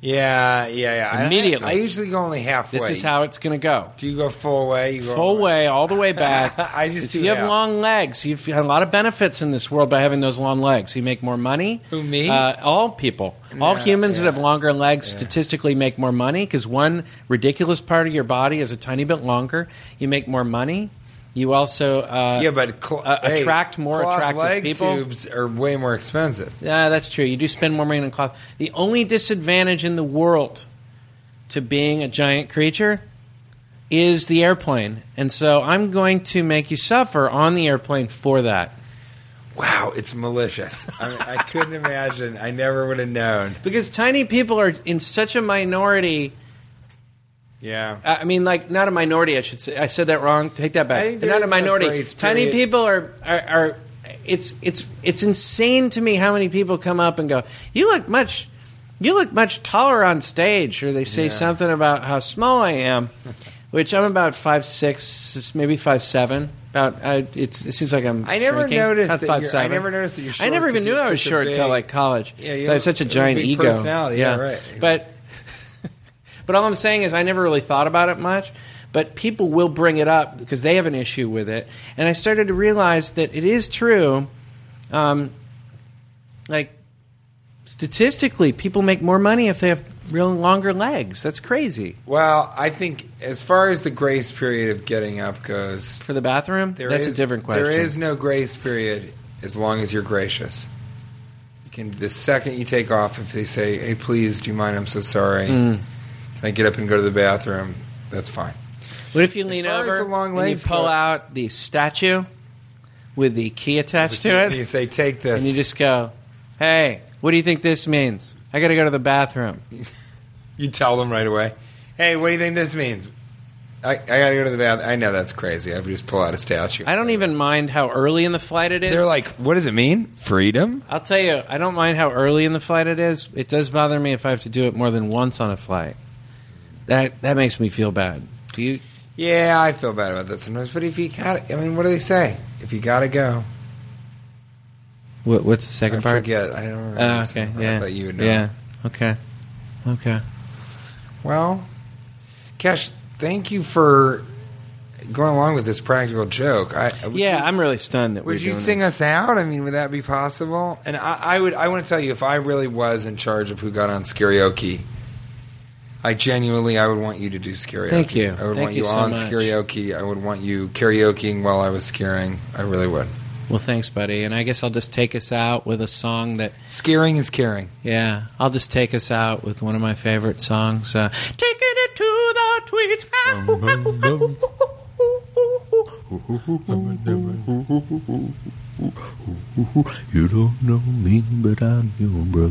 Speaker 4: Yeah, yeah, yeah. And I-
Speaker 1: Immediately.
Speaker 4: I, usually go only halfway.
Speaker 1: This is how it's going to go.
Speaker 4: Do you go full way? You go
Speaker 1: full way all the way back.
Speaker 4: I just
Speaker 1: If
Speaker 4: do
Speaker 1: you have
Speaker 4: that.
Speaker 1: long legs. You've had a lot of benefits in this world by having those long legs. You make more money.
Speaker 4: Who, me?
Speaker 1: Uh, all people, all
Speaker 4: Yeah,
Speaker 1: humans
Speaker 4: yeah.
Speaker 1: that have longer legs statistically make more money because one ridiculous part of your body is a tiny bit longer. You make more money. You also uh,
Speaker 4: yeah, but cl-
Speaker 1: uh,
Speaker 4: hey,
Speaker 1: attract more
Speaker 4: cloth
Speaker 1: attractive
Speaker 4: leg
Speaker 1: people.
Speaker 4: Tubes are way more expensive.
Speaker 1: Yeah, Ah, that's true. You do spend more money on cloth. The only disadvantage in the world to being a giant creature is the airplane. And so I'm going to make you suffer on the airplane for that.
Speaker 4: Wow, it's malicious. I, mean, I couldn't imagine. I never would have known.
Speaker 1: Because tiny people are in such a minority.
Speaker 4: Yeah.
Speaker 1: I I mean, like, not a minority, I should say. I said that wrong. Take that back.
Speaker 4: I think
Speaker 1: They're
Speaker 4: there
Speaker 1: not a
Speaker 4: is no
Speaker 1: minority.
Speaker 4: grace
Speaker 1: tiny
Speaker 4: period.
Speaker 1: people are, are, are. It's it's it's insane to me how many people come up and go, "You look much, you look much taller on stage," or they say
Speaker 4: Yeah.
Speaker 1: something about how small I am, which I'm about five six, maybe five seven. About I, it's, it seems like I'm.
Speaker 4: I never
Speaker 1: shrinking.
Speaker 4: noticed
Speaker 1: Not
Speaker 4: that
Speaker 1: five,
Speaker 4: you're- I
Speaker 1: seven.
Speaker 4: never noticed that you're
Speaker 1: I
Speaker 4: short
Speaker 1: never
Speaker 4: 'cause
Speaker 1: even knew
Speaker 4: you have
Speaker 1: I was
Speaker 4: such a
Speaker 1: short until
Speaker 4: big-
Speaker 1: like college.
Speaker 4: Yeah, you
Speaker 1: so I have
Speaker 4: have
Speaker 1: such a
Speaker 4: a
Speaker 1: giant
Speaker 4: big
Speaker 1: ego.
Speaker 4: personality. Yeah, right.
Speaker 1: But but all I'm saying is, I never really thought about it much. But people will bring it up because they have an issue with it. And I started to realize that it is true. Um, like statistically, people make more money if they have real longer legs. That's crazy
Speaker 4: Well, I think as far as the grace period of getting up goes,
Speaker 1: for the bathroom.
Speaker 4: there
Speaker 1: that's
Speaker 4: is-
Speaker 1: a different question.
Speaker 4: There is no grace period as long as you're gracious. You can the second you take off, if they say, "Hey, please, do you mind? I'm so sorry.
Speaker 1: Mm.
Speaker 4: Can I get up and go to the bathroom?" That's fine.
Speaker 1: What if you lean
Speaker 4: far as
Speaker 1: over
Speaker 4: the long
Speaker 1: and you
Speaker 4: legs
Speaker 1: pull
Speaker 4: go-
Speaker 1: out the statue with the key attached to
Speaker 4: And
Speaker 1: it?
Speaker 4: you say, "Take this."
Speaker 1: and you just go, "Hey, what do you think this means? I got to go to the bathroom."
Speaker 4: You tell them right away. Hey, what do you think this means? I, I gotta go to the bathroom. I know that's crazy. I would just pull out a statue.
Speaker 1: I don't even mind how early in the flight it is.
Speaker 4: They're like, what does it mean? Freedom?
Speaker 1: "I'll tell you, I don't mind how early in the flight it is. It does bother me if I have to do it more than once on a flight. That that makes me feel bad." Do you?
Speaker 4: Yeah, I feel bad about that sometimes. But if you got, I mean, what do they say? If you gotta go,
Speaker 1: What, what's the second
Speaker 4: I
Speaker 1: part?
Speaker 4: forget. I don't remember.
Speaker 1: Oh,
Speaker 4: this.
Speaker 1: okay.
Speaker 4: I
Speaker 1: Yeah.
Speaker 4: thought you would know.
Speaker 1: Yeah. Okay. Okay.
Speaker 4: Well, Cash, thank you for going along with this practical joke. I would
Speaker 1: yeah,
Speaker 4: you-
Speaker 1: I'm really stunned that we're
Speaker 4: Would you
Speaker 1: doing
Speaker 4: sing
Speaker 1: this.
Speaker 4: us out? I mean, would that be possible? And I, I would. I want to tell you, if I really was in charge of who got on karaoke, I genuinely, I would want you to do karaoke.
Speaker 1: Thank you.
Speaker 4: I would
Speaker 1: Thank
Speaker 4: want
Speaker 1: you
Speaker 4: you,
Speaker 1: so
Speaker 4: on
Speaker 1: much.
Speaker 4: karaoke. I would want you karaokeing while I was skiing. I really would.
Speaker 1: Well, thanks, buddy. And I guess I'll just take us out with a song that
Speaker 4: Skiing is caring.
Speaker 1: Yeah, I'll just take us out with one of my favorite songs. Uh, Taking it to the tweets.
Speaker 6: You don't know me, but I'm your bro.